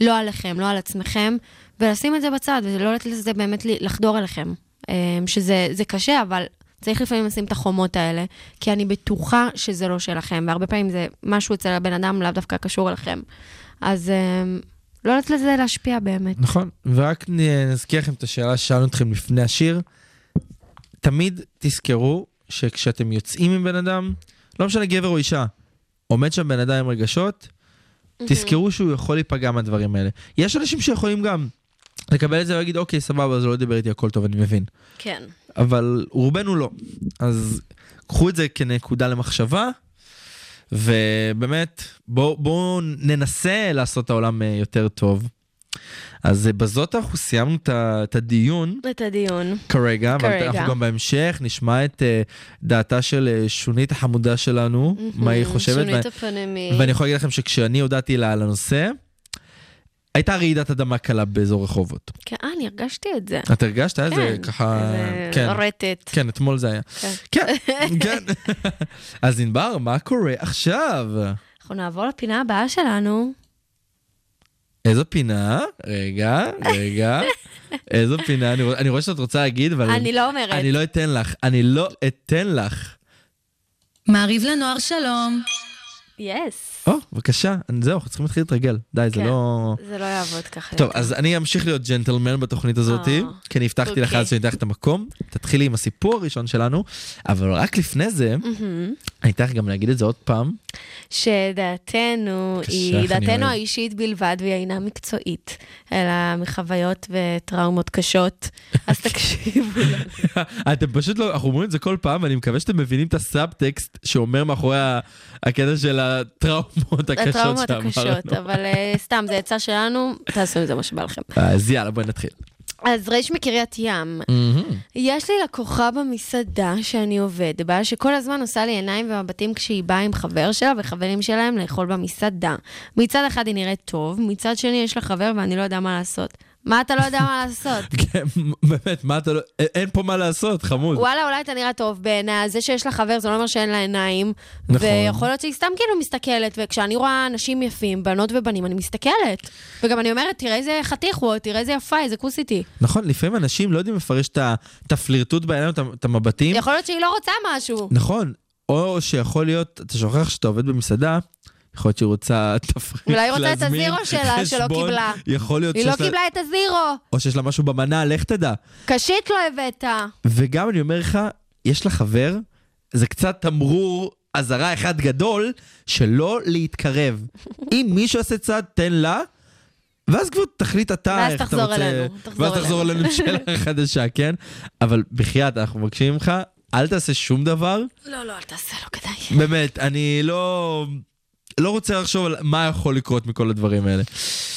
לא עליכם, לא על עצמכם, ולשים את זה בצד, ולא לתת לזה באמת ל- לחדור אליכם. אה, שזה זה קשה, אבל צריך לפעמים לשים את החומות האלה, כי אני בטוחה שזה לא שלכם, והרבה פעמים זה משהו אצל הבן אדם לאו דווקא קשור אליכם. אז אה, לא לתת לזה להשפיע באמת. נכון, ורק נ- נזכיר לכם את השאלה ששאלנו אתכם לפני השיר. תמיד תזכרו שכשאתם יוצאים עם בן אדם, לא משנה גבר או אישה, עומד שם בן אדם עם רגשות, תזכרו שהוא יכול להיפגע מהדברים האלה. יש אנשים שיכולים גם לקבל את זה ולהגיד, אוקיי, סבבה, אז הוא לא דיבר איתי הכל טוב, אני מבין. כן. אבל רובנו לא. אז קחו את זה כנקודה למחשבה, ובאמת, בואו בוא ננסה לעשות את העולם אה, יותר טוב. אז אה, בזאת אנחנו סיימנו את ה- את הדיון את הדיון. כרגע, אבל כרגע. אנחנו גם בהמשך נשמע את אה, דעתה של אה, שונית החמודה שלנו, מה היא חושבת. שונית ו- הפנימית. ואני יכול להגיד לכם שכשאני הודעתי לה על הנושא, הייתה רעידת אדמה קלה באזור רחובות. כן, אה, אני הרגשתי את זה. את הרגשת? היה איזה כן, ככה... איזה כן. רטט. כן, אתמול זה היה. כן, כן. אז ענבר, מה קורה עכשיו? אנחנו נעבור לפינה הבאה שלנו. איזו פינה? רגע, רגע. איזו פינה? אני רוא- אני רואה שאת רוצה להגיד, אבל... אני לא אומרת. אני לא אתן לך. אני לא אתן לך. מעריב לנוער שלום. יס. או, בבקשה. זהו, אנחנו צריכים להתחיל להתרגל. די, זה כן. לא... זה לא יעבוד ככה. טוב, אה- אז אני אמשיך להיות ג'נטלמן בתוכנית הזאת, אה, כי אני הבטחתי לך אוקיי. אז שאני אתן לך את המקום. תתחילי עם הסיפור הראשון שלנו, אבל רק לפני זה, אני אתן לך גם להגיד את זה עוד פעם. שדעתנו בבקשה, היא איך אני דעתנו אוהב. האישית בלבד, והיא אינה מקצועית, אלא מחוויות וטראומות קשות. אז תקשיבו. לנו. אתם פשוט לא, אנחנו אומרים את זה כל פעם, ואני מקווה שאתם מבינים את הסאבטקסט שאומר מאחורי ה- הקטע של הטראומות הקשות הטראומות הקשות, שאמרנו. אבל אה, סתם, זה עצה שלנו, תעשו עם זה מה שבא לכם. אז יאללה, בואי נתחיל. אז ריש מקריית ים, יש לי לקוחה במסעדה שאני עובד בה, שכל הזמן עושה לי עיניים ומבטים כשהיא באה עם חבר שלה וחברים שלהם לאכול במסעדה. מצד אחד היא נראית טוב, מצד שני יש לה חבר ואני לא יודע מה לעשות. מה אתה לא יודע מה לעשות? כן, באמת, מה אתה לא, א- אין פה מה לעשות, חמוד. וואלה, אולי אתה נראה טוב בעיניי, זה שיש לה חבר זה לא אומר שאין לה עיניים. נכון. ויכול להיות שהיא סתם כאילו מסתכלת, וכשאני רואה אנשים יפים, בנות ובנים, אני מסתכלת. וגם אני אומרת, תראה איזה חתיך הוא, תראה איזה יפה, איזה כוס איתי. נכון, לפעמים אנשים לא יודעים לפרש את ה- את הפלירטוט בעיניים, את ה- את המבטים. יכול להיות שהיא לא רוצה משהו. נכון, או שיכול להיות, אתה שוכח שאתה עובד במסעדה. יכול להיות שהיא רוצה תפריט אולי היא רוצה את להזמין, הזירו שלה, שלא חשבון. קיבלה. יכול להיות היא לא שיש לה, קיבלה את הזירו, או שיש לה משהו במנה, לך תדע. קשית לא הבאת. וגם אני אומר לך, יש לה חבר, זה קצת תמרור אזהרה אחד גדול, שלא להתקרב. אם מישהו עושה צעד, תן לה, ואז כבר תחליט אתה ואז איך אתה תחזור רוצה... אלינו, תחזור ואז תחזור אלינו. אלינו עם שאלה חדשה, כן? אבל בחייאת, אנחנו מבקשים ממך, אל תעשה שום דבר. לא, לא, אל תעשה, לא כדאי. באמת, אני לא... לא רוצה לחשוב על מה יכול לקרות מכל הדברים האלה.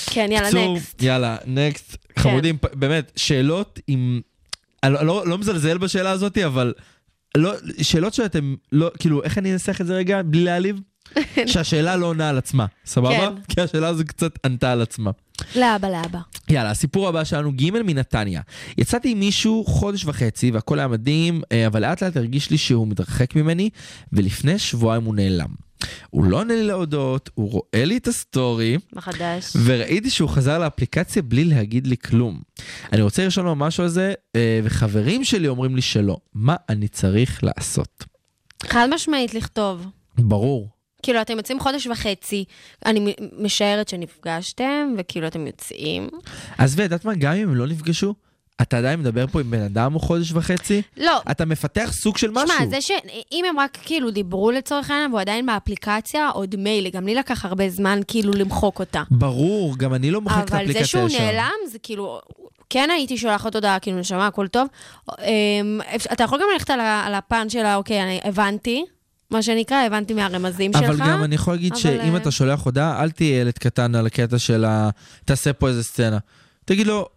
כן, יאללה, בקיצור, נקסט. יאללה, נקסט. חמודים, פ- באמת, שאלות עם... אני לא- לא לא מזלזל בשאלה הזאת, אבל... לא, שאלות שאתם לא, כאילו, איך אני אנסח את זה רגע, בלי להעליב? שהשאלה לא עונה על עצמה, סבבה? כן. כי השאלה הזו קצת ענתה על עצמה. לאבא, לאבא. יאללה, הסיפור הבא שלנו, ג' מנתניה. יצאתי עם מישהו חודש וחצי והכל היה מדהים, אה, אבל לאט לאט הרגיש לי שהוא מתרחק ממני, ולפני שבועיים הוא נעלם. הוא לא עונה לי להודות, הוא רואה לי את הסטורי, מה חדש? וראיתי שהוא חזר לאפליקציה בלי להגיד לי כלום. אני רוצה לרשום לו משהו על זה, אה, וחברים שלי אומרים לי שלא. מה אני צריך לעשות? חד משמעית לכתוב. ברור. כאילו, אתם יוצאים חודש וחצי, אני מ- משערת שנפגשתם, וכאילו, אתם יוצאים. עזבי, את יודעת מה? גם אם הם לא נפגשו, אתה עדיין מדבר פה עם בן אדם או חודש וחצי, לא, אתה מפתח סוג של אה, משהו. תשמע, זה שאם הם רק כאילו דיברו לצורך העניין, והוא עדיין באפליקציה, עוד מילא, גם לי לקח הרבה זמן כאילו למחוק אותה. ברור, גם אני לא מוחק את אבל האפליקציה זה שהוא ישר. נעלם, זה כאילו, כן הייתי שולחת הודעה, כאילו, נשמה, הכל טוב. אמ, אפ- אתה יכול גם ללכת על ה- על הפן של, ה- אוקיי, אני הבנתי, מה שנקרא, הבנתי מהרמזים שלך. אבל גם אני יכול להגיד אבל, שאם אה, אתה שולח הודעה, אל תהיה ילד קטן על הקטע של ה... תעשה פה איזה סצנה. תגיד לו,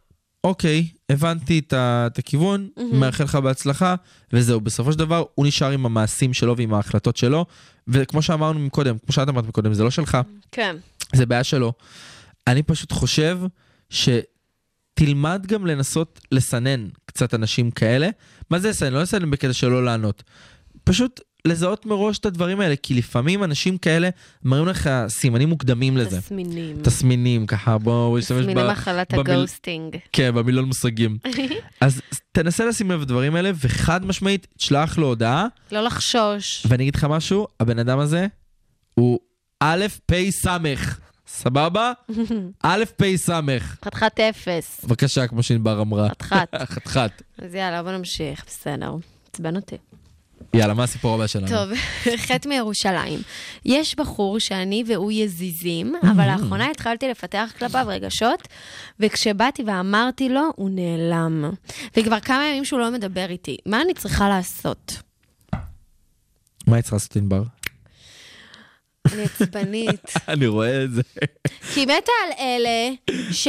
אוקיי, הבנתי את ה- את הכיוון, מאחל לך בהצלחה, וזהו. בסופו של דבר, הוא נשאר עם המעשים שלו ועם ההחלטות שלו, וכמו שאמרנו מקודם, כמו שאת אמרת מקודם, זה לא שלך, כן. זה בעיה שלו. אני פשוט חושב שתלמד גם לנסות לסנן קצת אנשים כאלה. מה זה לסנן? לא לסנן בקטע של לא לענות. פשוט לזהות מראש את הדברים האלה, כי לפעמים אנשים כאלה מראים לך סימנים מוקדמים לזה. תסמינים. תסמינים, ככה, בואו נשתמש תסמיני מחלת במיל- הגוסטינג. כן, במילון מושגים. אז תנסה לשים לב לדברים האלה, וחד משמעית, תשלח לו הודעה, לא לחשוש. ואני אגיד לך משהו, הבן אדם הזה הוא א' פ' ס', סבבה? א' פ' ס'. חתיכת אפס. בבקשה, כמו שענבר אמרה. חתיכת. חתיכת. אז יאללה, בוא נמשיך, בסדר. עצבן אותי. יאללה, מה הסיפור הבא שלנו? טוב, חטא מירושלים. יש בחור שאני והוא יזיזים, אבל לאחרונה התחלתי לפתח כלפיו רגשות, וכשבאתי ואמרתי לו, הוא נעלם. וכבר כמה ימים שהוא לא מדבר איתי. מה אני צריכה לעשות? מה היא צריכה לעשות ענבר? אני עצבנית. אני רואה את זה. כי היא מתה על אלה ש...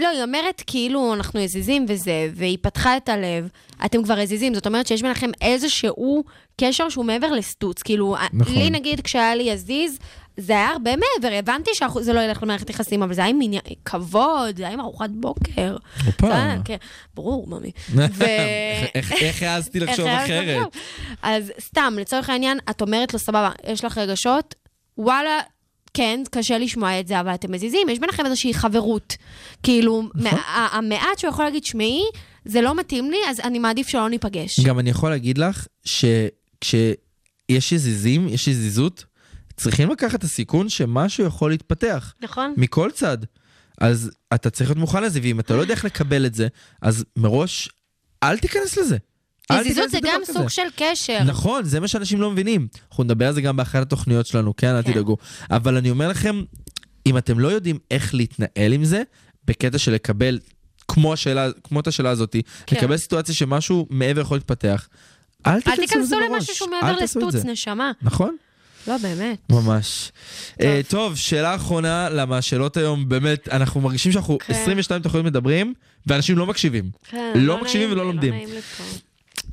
לא, היא אומרת כאילו אנחנו הזיזים וזה, והיא פתחה את הלב. אתם כבר הזיזים, זאת אומרת שיש ביניכם איזשהו קשר שהוא מעבר לסטוץ. כאילו, נכון. נכון. לי נגיד, כשהיה לי הזיז, זה היה הרבה מעבר, הבנתי שזה לא ילך למערכת יחסים, אבל זה היה עם עני... כבוד, זה היה עם ארוחת בוקר. הופה. זה היה- כן, ברור, ממי. ו... איך- איך העזתי לחשוב אה, איך היה אחרת? לחשוב? אז סתם, לצורך העניין, את אומרת לו, סבבה, יש לך רגשות, וואלה, כן, קשה לשמוע את זה, אבל אתם מזיזים, יש ביניכם איזושהי חברות. כאילו, נכון. מה- ה- המעט שהוא יכול להגיד, שמעי, זה לא מתאים לי, אז אני מעדיף שלא ניפגש. גם אני יכול להגיד לך שכשיש הזיזים, יש הזיזות, צריכים לקחת את הסיכון שמשהו יכול להתפתח. נכון? מכל צד. אז אתה צריך להיות מוכן לזה, ואם אתה לא יודע איך לקבל את זה, אז מראש, אל תיכנס לזה. אל הזיזות תיכנס זה לדבר גם כזה. סוג של קשר. נכון, זה מה שאנשים לא מבינים. אנחנו נדבר על זה גם באחת התוכניות שלנו, כן? אל כן. תדאגו. אבל אני אומר לכם, אם אתם לא יודעים איך להתנהל עם זה, בקטע של לקבל, כמו, השאלה, כמו את השאלה הזאת, כן. לקבל סיטואציה שמשהו מעבר יכול להתפתח, אל אל תיכנסו לזה תיכנסו מראש. למשהו שהוא אל מעבר תעשו את לסטוץ, זה. נשמה. נכון? לא, באמת. ממש. טוב. Uh, טוב, שאלה אחרונה, למה השאלות היום באמת, אנחנו מרגישים שאנחנו כן. 22 תוכניות מדברים, ואנשים לא מקשיבים. לא מקשיבים ולא לומדים.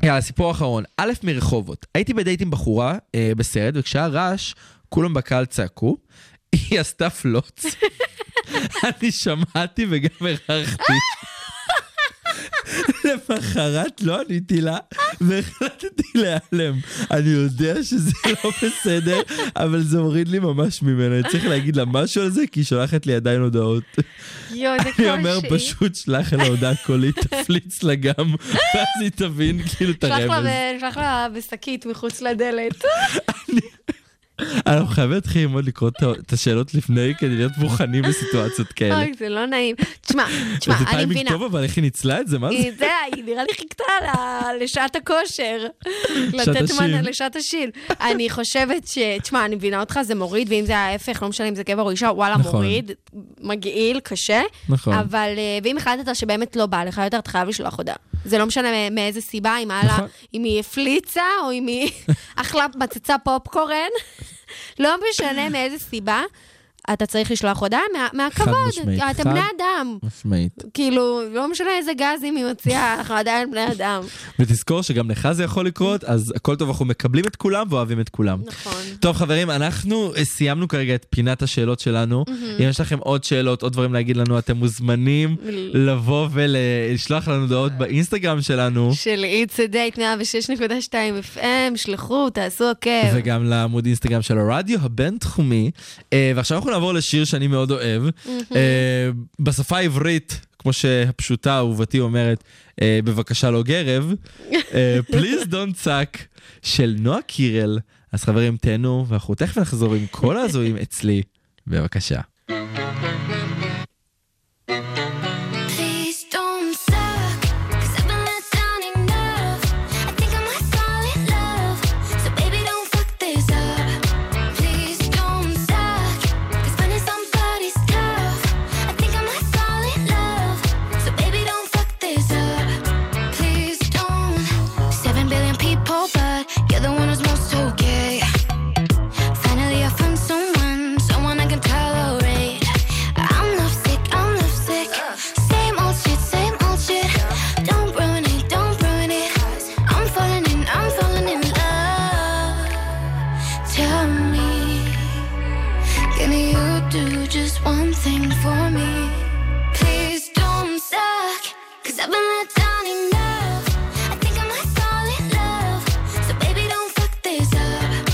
יאללה, סיפור אחרון. א' מרחובות. הייתי בדייט עם בחורה אה, בסרט, וכשהיה רעש, כולם בקהל צעקו. היא עשתה פלוץ. אני שמעתי וגם הרחתי. למחרת לא עניתי לה, והחלטתי להיעלם. אני יודע שזה לא בסדר, אבל זה מוריד לי ממש ממנה. אני צריך להגיד לה משהו על זה, כי היא שולחת לי עדיין הודעות. יואו, זה אני אומר, קושי. פשוט שלח לה הודעה קולית, תפליץ לה גם, ואז היא תבין כאילו את שלח לה הרמז. ב- שלח לה בשקית מחוץ לדלת. אנחנו חייבים להתחיל ללמוד לקרוא את ה- את השאלות לפני כדי להיות מוכנים לסיטואציות כאלה. אוי, זה לא נעים. תשמע, תשמע, זה אני כן. טיימינג מבינה. אה, טוב, אבל איך היא ניצלה את זה? מה זה? היא- זה, היא נראה לי חיכתה ל- לשעת הכושר. לתת השין. מנה לשעת השין. אני חושבת ש... תשמע, אני מבינה אותך, זה מוריד, ואם זה ההפך, לא משנה אם זה גבר או אישה, וואלה, נכון. מוריד, מגעיל, קשה. נכון. אבל אה, ואם החלטת שבאמת לא בא לך יותר, אתה חייב לשלוח הודעה. זה לא משנה מא- מאיזה סיבה, אם היה לה... נכון. אם היא הפליצה, או אם היא אכלה מצצה פופקורן. לא משנה מאיזה סיבה. אתה צריך לשלוח הודעה מה, מהכבוד. משמעית. אתם חד- בני אדם. משמעית. כאילו, לא משנה איזה גזים היא מוציאה, אנחנו עדיין בני אדם. ותזכור שגם לך זה יכול לקרות, אז הכל טוב, אנחנו מקבלים את כולם ואוהבים את כולם. נכון. טוב חברים, אנחנו אה, סיימנו כרגע את פינת השאלות שלנו. אם יש לכם עוד שאלות, עוד דברים להגיד לנו, אתם מוזמנים לבוא ולשלוח לנו אה. דעות באינסטגרם שלנו, של It's a Date 106.2 FM, שלחו, תעשו עוקב. וגם לעמוד אינסטגרם של הרדיו הבינתחומי. אה, ועכשיו אנחנו נעבור לשיר שאני מאוד אוהב. אה, בשפה העברית, כמו שהפשוטה אהובתי אומרת, אה, בבקשה לא גרב, אה, Please Don't Suck של נועה קירל. אז חברים, תהנו, ואנחנו תכף נחזור עם כל ההזויים אצלי. בבקשה. Please don't suck, cause I've been let down enough. I think I might fall in love, so baby don't fuck this up. Please don't suck, cause finding somebody's tough. I think I might fall in love, so baby don't fuck this up. Please don't. Seven billion people, but you're the one who's most okay. Finally, I found someone, someone I can tolerate. I'm lovesick, I'm lovesick. Same old shit, same old shit. Don't ruin it, don't ruin it. I'm falling in, I'm falling in love. Tell me, can you do just one thing for me? Please don't suck, cause I've been let down enough. I think I might fall in love, so baby, don't fuck this up.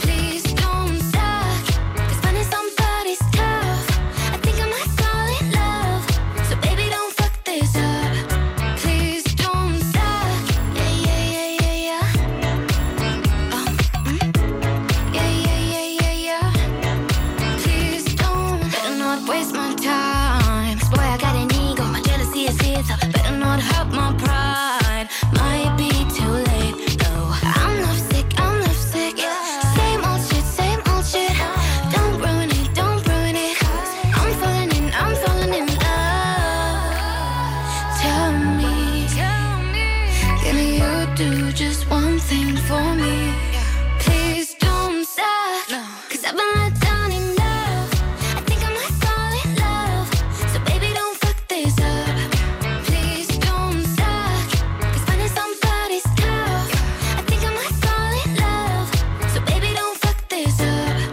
Please don't suck, cause finding somebody's tough. I think I might fall in love, so baby, don't fuck this up. Please don't suck, yeah, yeah, yeah, yeah, yeah. Oh, mm. Yeah, yeah, yeah, yeah, yeah. Please don't. Better not waste my time. 'Cause Boy, I got an ego. My jealousy is lethal. Better not hurt my pride. Might be too late, though. I'm lovesick, I'm lovesick. Same old shit, same old shit. Don't ruin it, don't ruin it. I'm falling in, I'm falling in love. Tell me, can you do just one thing for me? Please don't suck. Cause I've been let down enough. I think I might fall in love. So baby, don't fuck this up. Please don't suck. Cause finding somebody's tough. I think I might fall in love. So baby, don't fuck this up.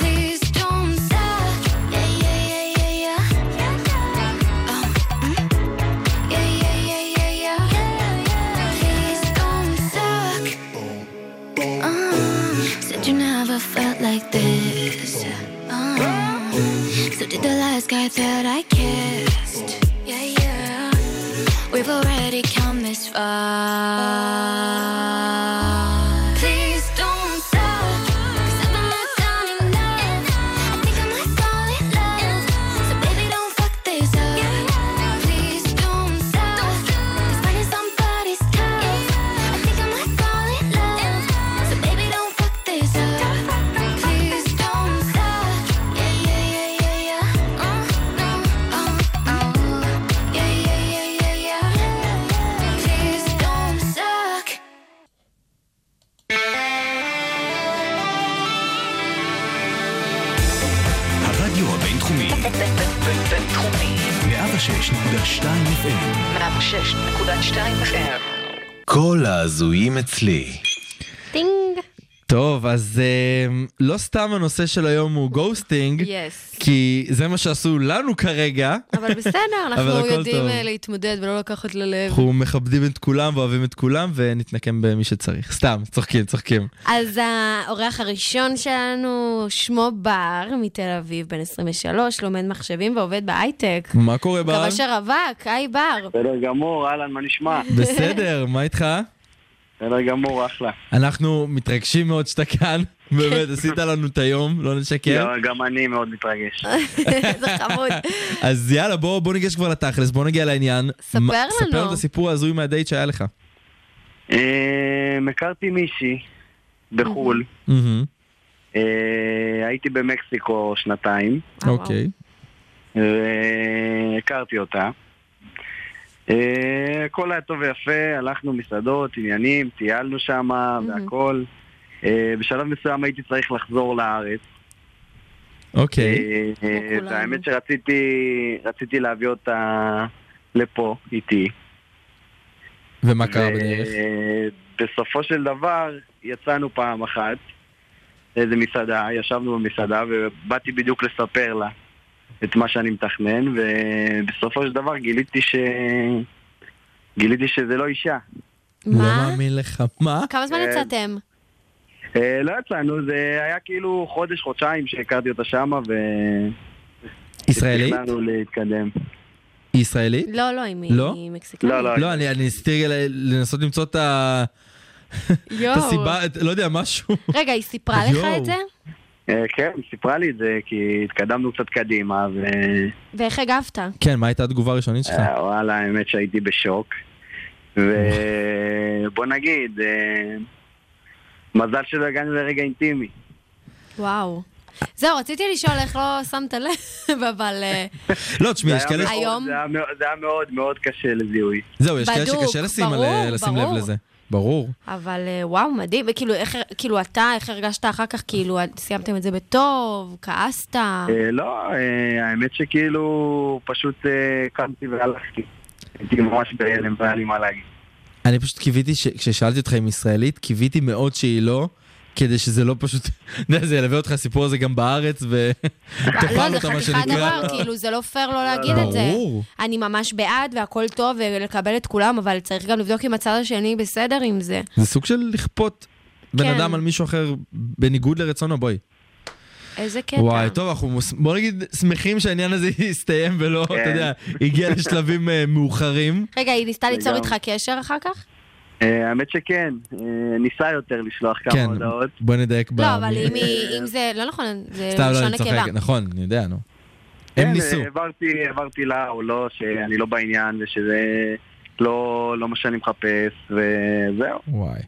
Please don't suck. Yeah, yeah, yeah, yeah, yeah. Oh, mm. Yeah, yeah, yeah, yeah, yeah. Please don't suck. Uh, said you never felt like this. Uh, so did the last guy that I kissed. Yeah, yeah. We've already come this far. Please don't stop. 'cause I've been let down enough. I think I might fall in love. So baby, don't fuck this up. Please don't stop. 'cause finding somebody's tough. I think I might fall in love. So baby, don't fuck this up. Please don't stop. Yeah, yeah, yeah, yeah, yeah. Uh, no, uh, uh. Yeah, yeah, yeah, yeah, yeah. Please don't suck. הרדיו הבינתחומי, בינתחומי, 106.2 FM. 106.2 FM. כל ההזויים אצלי. טינג. טוב, אז אה, לא סתם הנושא של היום הוא גוסטינג, יס. כי זה מה שעשו לנו כרגע. אבל בסדר, אבל אנחנו הכל יודעים טוב. אה, להתמודד ולא לקחת ללב. אנחנו מכבדים את כולם ואוהבים את כולם ונתנקם במי שצריך. סתם, צוחקים, צוחקים. אז האורח הראשון שלנו, שמו בר מתל אביב, בן 23, לומד מחשבים ועובד בהייטק. מה קורה בר? מקווה שרווק, היי בר. בסדר גמור, אהלן, מה נשמע? בסדר, מה איתך? בסדר גמור, אחלה. אנחנו מתרגשים מאוד שאתה כאן, כן. באמת עשית לנו את היום, לא נשקר. גם- גם אני מאוד מתרגש. זה חמוד. אז יאללה, בוא בוא ניגש כבר לתכלס, בוא נגיע לעניין. ספר מה- ספר לנו. לנו את הסיפור ההזוי מהדייט שהיה לך. אמ, הכרתי מישהי בחו"ל, מהמם, אה, הייתי במקסיקו שנתיים, אוקיי. והכרתי אותה. אה, הכל היה טוב ויפה, הלכנו מסעדות, עניינים, טיילנו שם והכל. אה, בשלב מסוים הייתי צריך לחזור לארץ. אוקיי. אה, אה, והאמת שרציתי רציתי להביא אותה לפה, איתי. ומה קרה ו- בדרך? אה, בסופו של דבר, יצאנו פעם אחת לאיזה מסעדה, ישבנו במסעדה, ובאתי בדיוק לספר לה את מה שאני מתכנן, ובסופו של דבר גיליתי ש... גיליתי שזה לא אישה. לא מאמין לך. מה? כמה זמן אה, יצאתם? אה, לא יצאנו, זה היה כאילו חודש, חודשיים שהכרתי אותה שמה, ו... ישראלית? התכננו להתקדם. היא ישראלית? לא, לא, אם לא? היא מקסיקנית. לא, אני אני ניסיתי ל- לנסות למצוא את ה- את יואו. הסיבה, את- לא יודע, משהו. רגע, היא סיפרה לך יואו. את זה? אה, כן, היא סיפרה לי את זה, כי התקדמנו קצת קדימה, ו... ואיך הגבת? כן, מה הייתה התגובה הראשונית שלך? אה, וואלה, האמת שהייתי בשוק. ובוא נגיד, אה, מזל שלא הגענו לרגע אינטימי. וואו. זהו, רציתי לשאול איך לא שמת לב, אבל אה, לא, תשמעי, זה יש היה כאלה... מאוד- היום? זה היה מאוד- זה היה מאוד מאוד קשה לזיהוי. זהו, יש כאלה בדוק, שקשה לשים על- אה, ברור, לשים ברור. לב לזה. ברור. אבל אה, וואו, מדהים. וכאילו, איך, כאילו, אתה, איך הרגשת אחר כך? כאילו, את- סיימתם את זה בטוב? כעסת? אה, לא, אה, האמת שכאילו פשוט אה, קמתי והלכתי. הייתי ממש בהלם, לא היה לי מה להגיד. אני פשוט קיוויתי, ש- כששאלתי אותך אם היא ישראלית, קיוויתי מאוד שהיא לא, כדי שזה לא פשוט, אתה יודע, זה ילווה אותך הסיפור הזה גם בארץ, לא, ותאכל זה אותה, מה חתיכת שנקרא. דבר, כאילו, זה לא פייר לא להגיד את זה. ברור. אני ממש בעד, והכל טוב, ולקבל את כולם, אבל צריך גם לבדוק אם הצד השני בסדר עם זה. זה סוג של לכפות בן כן. אדם על מישהו אחר בניגוד לרצונו, בואי. איזה קטע. וואי, טוב, אנחנו מוס- בוא נגיד שמחים שהעניין הזה הסתיים ולא, כן. אתה יודע, הגיע לשלבים אה, מאוחרים. רגע, היא ניסתה ליצור לגמרי. איתך קשר אחר כך? אה, האמת שכן, אה, ניסה יותר לשלוח כמה כן, הודעות. בוא נדייק ב... לא, אבל אם היא- אם זה... לא נכון, זה סתם, לא, לשון אני נקבה. צוחק, נכון, אני יודע, נו. כן, הם ניסו. אה, העברתי, העברתי לה או לא, שאני לא בעניין, ושזה לא, לא מה שאני מחפש, וזהו. וואי.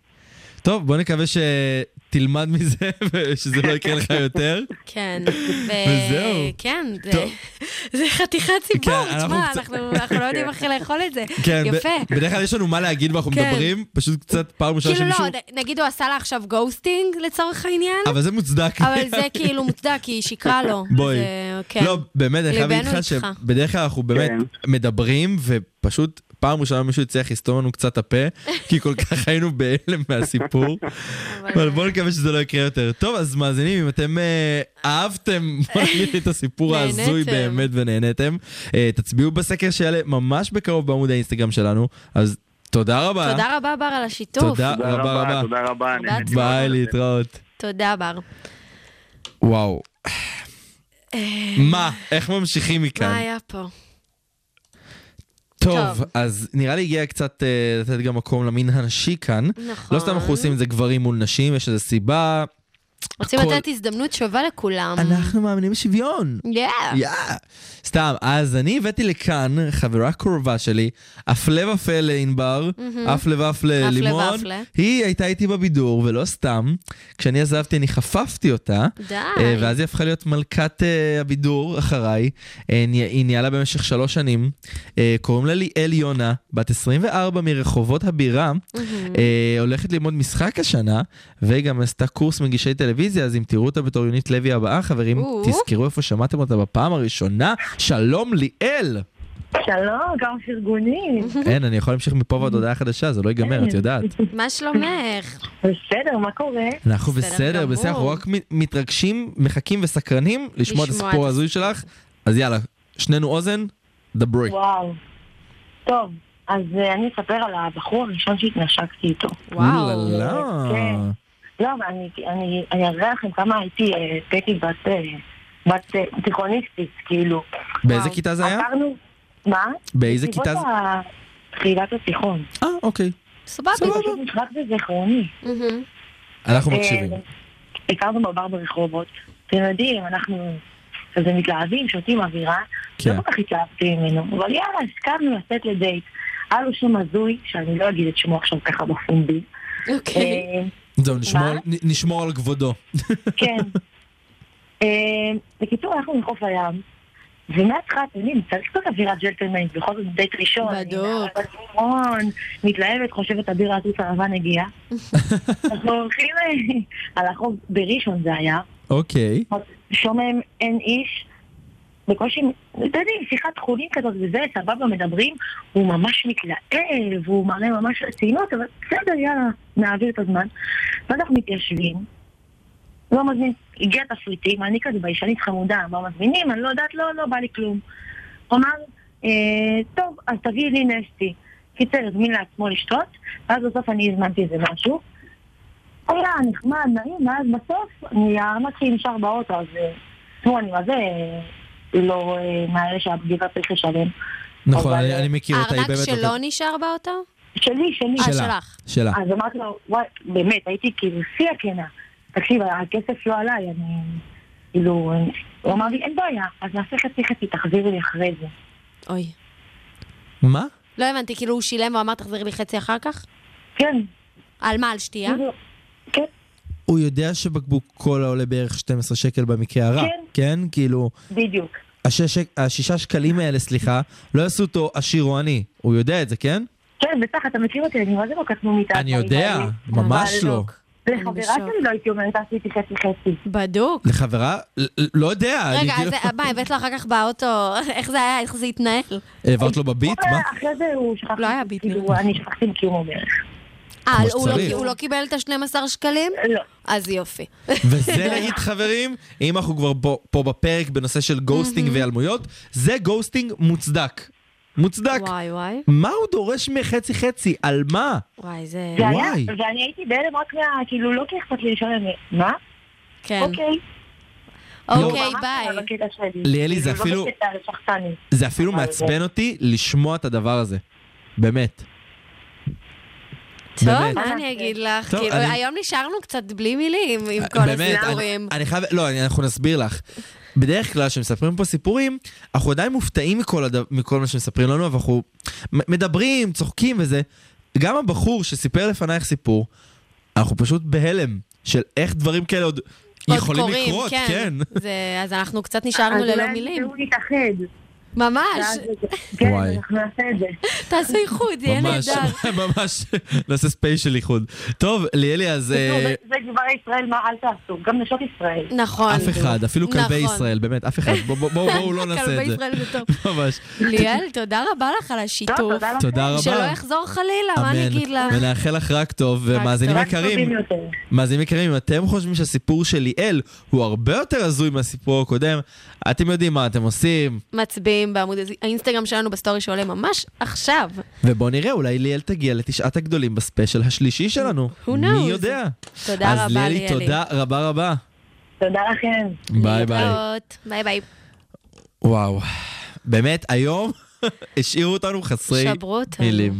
טוב, בוא נקווה שתלמד מזה ושזה לא יקרה לך יותר. כן. וזהו. כן, זה- טוב. זה חתיכת סיפור, כן, אנחנו תשמע, קצת- אנחנו אנחנו לא יודעים איך לאכול את זה. כן, ב- יפה. בדרך כלל יש לנו מה להגיד ואנחנו כן. מדברים, פשוט קצת פעם ראשונה כאילו שמישהו... לא, נ- נגיד הוא עשה לה עכשיו גוסטינג לצורך העניין, אבל זה מוצדק. אבל זה כאילו מוצדק, כי היא שיקרה לו. בואי. זה- כן. לא, באמת, אני חייב להגיד ליבנו לך איתך. שבדרך כלל אנחנו באמת מדברים, ופשוט פעם ראשונה מישהו הצליח לסתום לנו קצת הפה, כי כל כך היינו בהלם מהסיפור. אבל בואו נקווה שזה לא יקרה יותר. טוב, אז מאזינים, אם אתם אה, אהבתם, בואו נגיד את הסיפור נהנתם. ההזוי באמת ונהנתם, אה, תצביעו בסקר שיעלה ממש בקרוב בעמוד האינסטגרם שלנו, אז תודה רבה. תודה רבה, בר, על השיתוף. אה. תודה רבה רבה. תודה רבה. נהניתי ביי, מאוד. להתראות. תודה, בר. וואו. מה? איך ממשיכים מכאן? מה היה פה? טוב, טוב. אז נראה לי הגיע קצת אה, לתת גם מקום למין הנשי כאן. נכון. לא סתם אנחנו עושים את זה גברים מול נשים, יש איזו סיבה. רוצים כל- לתת הזדמנות שווה לכולם. אנחנו מאמינים בשוויון. יא. יא. סתם, אז אני הבאתי לכאן חברה קרובה שלי, הפלא ופלא לענבר, מהמם. הפלא הפלא ופלא לימון. ופלא. היא הייתה איתי בבידור, ולא סתם. כשאני עזבתי, אני חפפתי אותה. די. אה, ואז היא הפכה להיות מלכת אה, הבידור אחריי. אה, ני- היא ניהלה במשך שלוש שנים. אה, קוראים לה ליאל יונה, בת 24 מרחובות הבירה. אה, הולכת ללמוד משחק השנה, והיא גם עשתה קורס מגישי טלוויזיה, אז אם תראו אותה בתור יונית לוי הבאה, חברים, או. תזכרו איפה שמעתם אותה בפעם הראשונה. שלום ליאל! שלום, גם פרגונים. אין, אני יכול להמשיך מפה ועד הודעה חדשה, זה לא ייגמר, את יודעת. מה שלומך? בסדר, מה קורה? אנחנו בסדר בסדר, בסדר, אנחנו גמור. רק מ- מתרגשים, מחכים וסקרנים לשמוע את לשמוע הסיפור את ההזוי שלך, אז יאללה, שנינו אוזן, דברי. וואו. טוב, אז אה, אני אספר על הבחור הראשון שהתנשקתי איתו. אוללה. כן. לא, אבל אני- אני אני אראה לכם כמה הייתי אה, פטי בת... אה, בת אה, תיכוניסטית, כאילו. באיזה כיתה זה היה? עברנו... מה? באיזה כיתה זה- בסביבות ה- תחילת התיכון. אה, אוקיי. סבבה. פשוט נשחק בזיכרוני. אנחנו מקשיבים. אה, הכרנו בבר ברחובות. אתם יודעים, אנחנו כזה מתלהבים, שותים אווירה. כן. לא כל כך התלהבתי ממנו, אבל יאללה, הסכמנו לצאת לדייט. היה לו שם הזוי, שאני לא אגיד את שמו עכשיו ככה בפומבי. אוקיי. אה, זהו, נשמור- נ- נשמור על כבודו. כן. אה, בקיצור, אנחנו מחוף הים, ומההתחלה, אתם יודעים, צריך קצת אווירה ג'נטלמנט, בכל זאת דייט ראשון. בדוק. מתלהבת, חושבת הבירה הזו הלבן הגיע. אנחנו הולכים אה, על החוף בראשון זה היה. אוקיי. שומם אין איש, בקושי, אתה יודע, שיחת חולין כזאת וזה, סבבה, מדברים, הוא ממש מתלהב, הוא מראה ממש רצינות, אבל בסדר, יאללה, נעביר את הזמן. ואז אנחנו מתיישבים, לא מזמין, הגיע תפריטים, אני כזה ביישנית חמודה, מה מזמינים, אני לא יודעת, לא, לא בא לי כלום. הוא אמר, אה, טוב, אז תביאי לי נסטי. קיצר, הזמין לעצמו לשתות, ואז בסוף אני הזמנתי איזה משהו. היה נחמד, נעים, ואז בסוף, אני- המצ'י נשאר באוטו, אז אה, תשמעו, אני מה זה אה, לא אה, מהאלה שהבגיבה צריך לשלם. נכון, אבל, אני אה, אני מכיר אותה, היא הארנק באמת... שלו נשאר באוטו? שלי, שלי. אה, שלך. שלה. אז אמרתי לו, וואי, באמת, הייתי כאילו שיא הכנה. תקשיב, הכסף לא עליי, אני... כאילו... אני- הוא אמר לי, אין בעיה, אז נעשה חצי חצי, תחזירי לי אחרי זה. אוי. מה? לא הבנתי, כאילו הוא שילם והוא אמר תחזרי לי חצי אחר כך? כן. לא- על מה, על שתייה? הוא יודע שבקבוק קולה עולה בערך 12 שקל במקרה הרע. כן. כן? כאילו... בדיוק. השש, השישה שקלים האלה, סליחה, לא יעשו אותו עשיר או עני. הוא יודע את זה, כן? כן, בטח, אתה מכיר אותי, אני מה זה לא קטנונית. אני יודע, ממש לא. לחברה שלי לא הייתי אומרת, עשי איתי חצי חצי. בדוק. לחברה? ל- ל- לא יודע. אני רגע, כאילו- אז מה, הבאת לו אחר כך באוטו, איך זה היה, איך זה התנהל? העברת לו בביט? מה? אחרי זה הוא שכח... לא היה ביט. כאילו, אני שכחתי עם קיומו בערך. אה, כמו הוא לא- שצריך. הוא לא קיבל את ה-12 שקלים? לא. אז יופי. וזה נגיד, חברים, אם אנחנו כבר פה- פה בפרק בנושא של גוסטינג והיעלמויות, זה גוסטינג מוצדק. מוצדק. וואי וואי. מה הוא דורש מחצי חצי? על מה? וואי, זה... זה היה, וואי. ואני הייתי בהלם רק מה... כאילו, לא כי אכפת לי לשלם. מה? כן. אוקיי. לא. לא. אוקיי, ממש ביי. בקטע שלי. ליאלי, זה כאילו, לא אפילו- בקטע שחצני. זה אפילו אבל מעצבן אותי לשמוע את הדבר הזה. באמת. טוב, באמת. מה אני אגיד לך? טוב, כאילו, אני- אה, היום נשארנו קצת בלי מילים עם כל באמת, הסיפורים. אני, אני חייב, לא, אני, אנחנו נסביר לך. בדרך כלל כשמספרים פה סיפורים, אנחנו עדיין מופתעים מכל, הד... מכל מה שמספרים לנו, אבל אנחנו מ- מדברים, צוחקים וזה. גם הבחור שסיפר לפנייך סיפור, אנחנו פשוט בהלם של איך דברים כאלה עוד, עוד יכולים קוראים, לקרות, כן. זה- אז אנחנו קצת נשארנו אז ללא אולי לא, מילים. תראו להתאחד. ממש. ואז- כן, וואי. אנחנו נעשה את זה. תעשו איחוד, יהיה ממש, נהדר. ממש, נעשה ספיישל איחוד. טוב, ליאלי, אז נו, אה, זה- זה גברי ישראל, מה אל תעשו? גם נשות ישראל. נכון. אף אחד, אפילו כלבי נכון. ישראל, באמת, אף אחד, בואו בוא, בוא, בואו לא נעשה כלבי את זה. כן, ישראל זה טוב. ממש. ליאל, תודה רבה לך על טוב, השיתוף. תודה לכם. תודה רבה. שלא יחזור חלילה, מה אני אגיד לך? ונאחל לך רק טוב, ומאזינים רק טובים יקרים, יותר. מאזינים יקרים, אם אתם חושבים שהסיפור של ליאל הוא הרבה יותר הזוי מהסיפור הקודם, אתם יודעים מה אתם עושים, מצביעים בעמוד האינסטגרם שלנו בסטורי שעולה ממש עכשיו. ובואו נראה, אולי ליאל תגיע לתשעת הגדולים בספיישל השלישי שלנו. Who knows? מי יודע? תודה אז רבה, ליאלי, ליאלי. תודה רבה רבה. תודה לכם. ביי ביי. להתראות. ביי ביי. וואו, באמת, היום השאירו אותנו חסרי שברו אותנו. מילים.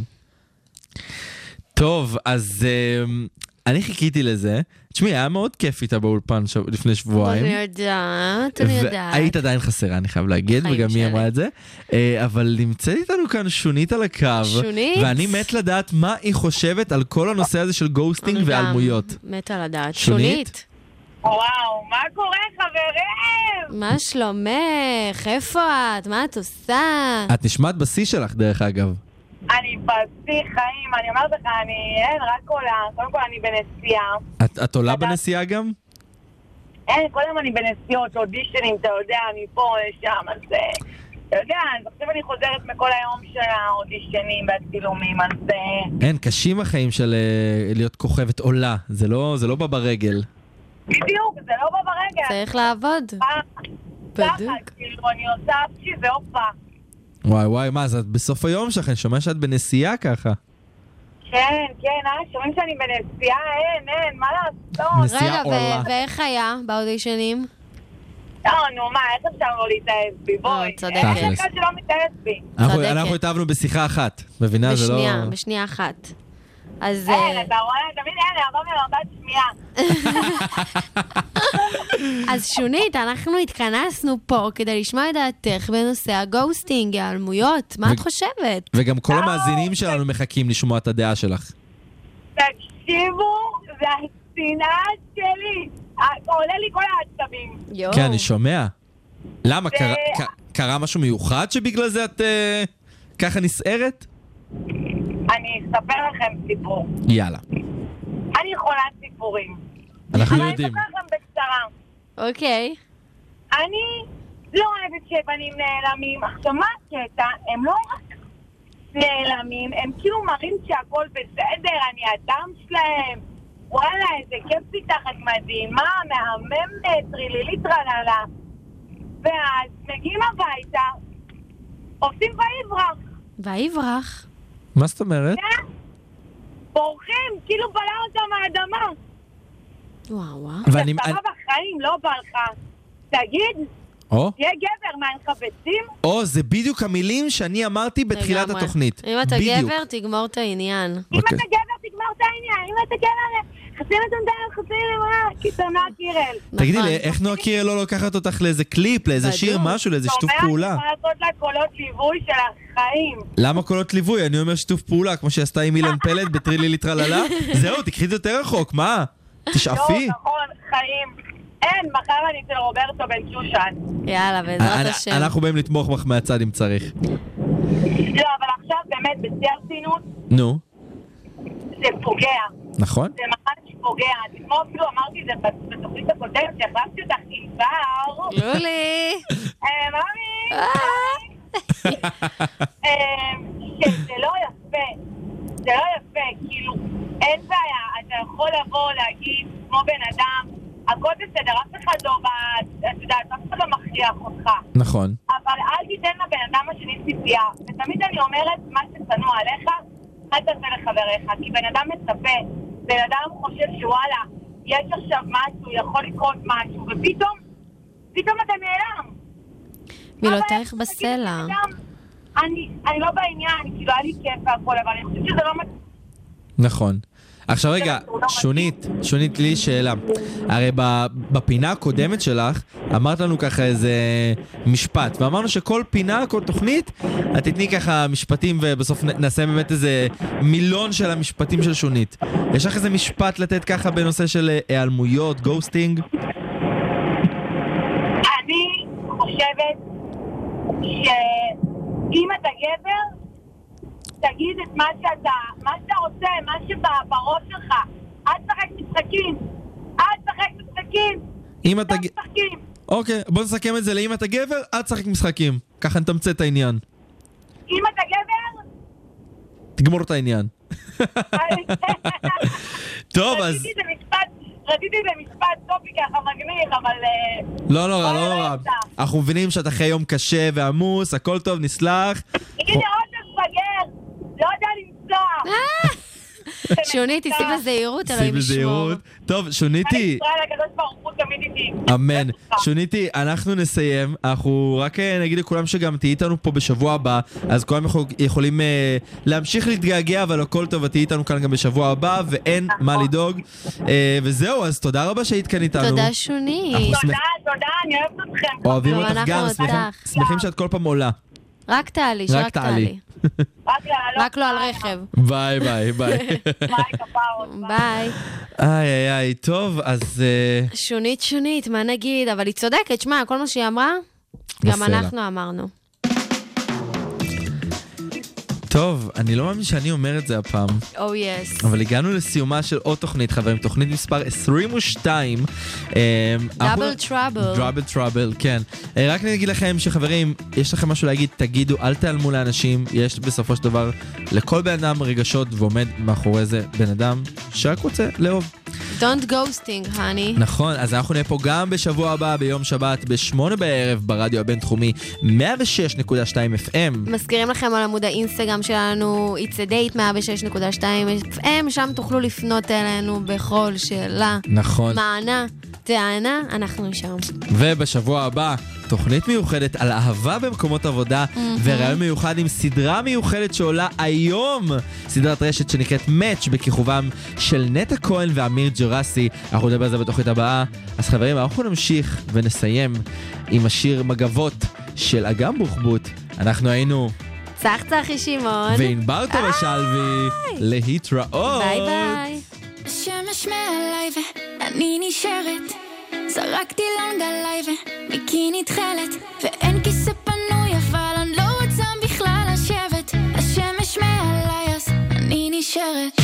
טוב, אז אמ, אני חיכיתי לזה. תשמעי, היה מאוד כיף איתה באולפן ש- לפני שבועיים. אני יודעת, אני יודעת. והיית עדיין חסרה, אני חייב להגיד, חיים וגם שלי. היא אמרה את זה. אה, אבל נמצאת איתנו כאן שונית על הקו. שונית? ואני מת לדעת מה היא חושבת על כל הנושא הזה של גוסטינג אני גם והיעלמויות. מתה לדעת. שונית? שונית, וואו, מה קורה חברים? מה שלומך? איפה את? מה את עושה? את נשמעת בשיא שלך, דרך אגב. אני בשיא חיים, אני אומרת לך, אני אין, רק עולה. קודם כל אני בנסיעה. את את עולה בנסיעה גם? אין, כל היום אני בנסיעות, אודישנים, אתה יודע, מפה לשם, אז... אה, אתה יודע, אז עכשיו אני חוזרת מכל היום של האודישנים והצילומים, אז... אה, אין, קשים החיים של אה, להיות כוכבת עולה. זה לא זה לא בא ברגל. בדיוק, זה לא בא ברגע. צריך לעבוד. אה, בדיוק. כאילו, אני עושה אפצ'י והופה. וואי וואי, מה, אז את בסוף היום שלך, אני שומע שאת בנסיעה ככה. כן, כן, אה, שומעים שאני בנסיעה, אין, אין, מה לעשות? נסיעה רגע, ו- עולה. ואיך היה באודישנים? לא, נו, מה, איך אפשר לא להתאהב בי? בואי. צודקת. אין אחד שלא מתאהב בי. אנחנו- צודקת. אנחנו התאהבנו בשיחה אחת. מבינה? זה לא... בשנייה, בשנייה אחת. אז... אין, אה, אתה רואה, תמיד אין, עברנו לארבעת שמיעה. אז שונית, אנחנו התכנסנו פה כדי לשמוע את דעתך בנושא הגוסטינג, ההיעלמויות, מה ו- את חושבת? וגם כל אה, המאזינים שלנו מחכים לשמוע את הדעה שלך. תקשיבו, זה השנאה שלי. אה, עולה לי כל העצבים. יואו. כן, אני שומע. למה? זה- קרה- ק- קרה משהו מיוחד שבגלל זה את אה, ככה נסערת? אני אספר לכם סיפור. יאללה. אני חולת סיפורים. אנחנו אבל אני יודעים. אספר לכם בקצרה. אוקיי. אני לא אוהבת שבנים נעלמים. עכשיו, מה הקטע? הם לא רק נעלמים, הם כאילו מראים שהכל בסדר, אני אדם שלהם. וואלה, איזה כיף לי תחת מדהימה, מהממת, טרילילית טרללה. ואז מגיעים הביתה, עושים ויברח. ויברח. מה זאת אומרת? כן? בורחים, כאילו בלע אותם האדמה. וואו וואו. ואני- אתה בחיים, לא בא לך. תגיד, או? תהיה גבר, מה, אין לך ביצים? או, זה בדיוק המילים שאני אמרתי בתחילת לגמרי. התוכנית. אם אתה בדיוק. גבר, תגמור את העניין. אם אוקיי. אתה גבר, תגמר את העניין. אם אתה כן גבר, חצי לדונדל, חצי למה, קיצונה קירל. תגידי נכון. לי, איך נועה קירל לא לוקחת אותך לאיזה קליפ, לאיזה שיר, משהו, לאיזה שיתוף שומע? פעולה? אני יכולה לעשות לה קולות ליווי של החיים. למה קולות ליווי? אני אומר שיתוף פעולה, כמו שעשתה עם אילן פלד בטרילילי טרללה. זהו, תקחי את זה יותר רחוק, מה? תשאפי. לא, נכון, חיים. אין, מחר אני אצל רוברטו בן שושן. יאללה, בעזרת אנ- השם. אה, אנחנו באים לתמוך בך מהצד אם צריך. לא, אבל עכשיו באמת, בשיא הרצינות, נו, זה פוגע. נכון? זה ממש פוגע. אני כמו אפילו אמרתי את זה בתוכנית הקודמת, שהחלפתי אותך עם בר. לולי. אה, מאמי. אה, שזה לא יפה. זה לא יפה, כאילו, אין בעיה. אתה יכול לבוא, להגיד, כמו בן אדם, הכל בסדר, אף אחד לא בא, את יודעת, אף אחד לא מכריח אותך. נכון. אבל אל תיתן לבן אדם השני ציפייה. ותמיד אני אומרת, מה ששנוא עליך, אל תעשה לחבריך. כי בן אדם מצפה, בן אדם חושב שוואלה, יש עכשיו משהו, יכול לקרות משהו, ופתאום, פתאום אתה נעלם. מילותייך בסלע. אני, אני לא בעניין, כאילו, היה לי כיף והכל, אבל אני חושבת שזה לא מצ... נכון. עכשיו רגע, שונית, שונית, לי שאלה. הרי ב- בפינה הקודמת שלך, אמרת לנו ככה איזה משפט, ואמרנו שכל פינה, כל תוכנית, את תתני ככה משפטים ובסוף נ- נעשה באמת איזה מילון של המשפטים של שונית. יש לך איזה משפט לתת ככה בנושא של אה, היעלמויות, גוסטינג? אני חושבת שאם אתה גבר, תגיד את מה שאתה, מה שאתה רוצה, מה שבראש שלך. אל תשחק משחקים. אל תשחק כאילו, משחקים. אם אתה... ג- משחקים. אוקיי, בוא נסכם את זה לאם אתה גבר, אל תשחק משחקים. ככה נתמצת את העניין. אם אתה גבר, תגמור את העניין. טוב, אז... רציתי במשפט, רציתי במשפט טופי ככה מגניב, אבל... אה, לא נורא, לא נורא. אנחנו מבינים שאת אחרי יום קשה ועמוס, הכל טוב, נסלח. הנה עוד מפגר, לא יודע לנסוע. שונית, תיסעי בזהירות, אלוהים שים ישמור. בזהירות. טוב, שוניתי, ישראל הקדוש ברוך הוא תמיד איתי. אמן. שוניתי, אנחנו נסיים. אנחנו רק אה, נגיד לכולם שגם תהיי איתנו פה בשבוע הבא, אז כולם יכול- יכולים אה, להמשיך להתגעגע, אבל הכל טוב, את תהיי איתנו כאן גם בשבוע הבא, ואין נכון. מה לדאוג. אה, וזהו, אז תודה רבה שהיית כאן איתנו. תודה שונית. אנחנו שמח- תודה, אני אוהבת אתכם. אוהבים אותך אנחנו גם, שמחים- אותך. שמחים שאת כל פעם עולה. רק תעלי, רק שרק תעלי. תעלי. רק לא על רכב. ביי ביי ביי. ביי. איי איי איי, טוב, אז... אה, שונית, שונית, מה נגיד? אבל היא צודקת, שמע, כל מה שהיא אמרה, גם בסלע. אנחנו אמרנו. טוב, אני לא מאמין שאני אומר את זה הפעם, או יס. אבל הגענו לסיומה של עוד תוכנית, חברים, תוכנית מספר אה, 22. דאבל טראבל. דאבל טראבל, כן. אה, רק אני אגיד לכם שחברים, יש לכם משהו להגיד, תגידו, אל תיעלמו לאנשים, יש בסופו של דבר לכל בן אדם רגשות, ועומד מאחורי זה בן אדם שרק רוצה לאהוב. Don't ghosting, honey. נכון, אז אנחנו נהיה פה גם בשבוע הבא, ביום שבת, בשמונה בערב, ברדיו הבינתחומי, 106.2 FM. מזכירים לכם על עמוד האינסטגרם שלנו, It's a date 106.2 FM, שם תוכלו לפנות אלינו בכל שאלה. נכון. מענה, טענה, אנחנו שם. ובשבוע הבא, תוכנית מיוחדת על אהבה במקומות עבודה, ורעיון מיוחד עם סדרה מיוחדת שעולה היום, סדרת רשת שנקראת Match, בכיכובם של נטע כהן ואמיר ג'רסי. אנחנו נדבר על זה בתוכנית הבאה. אז חברים, אנחנו נמשיך ונסיים עם השיר מגבות של אגם בוחבוט. אנחנו היינו צח צחי שמעון. וענבר תומשלבי להתראות. ביי ביי. השמש מעליי ואני נשארת זרקתי לנד עליי ומיקי נתחלת ואין כיסא פנוי אבל אני לא רוצה בכלל לשבת השמש מעליי אז אני נשארת לא לא er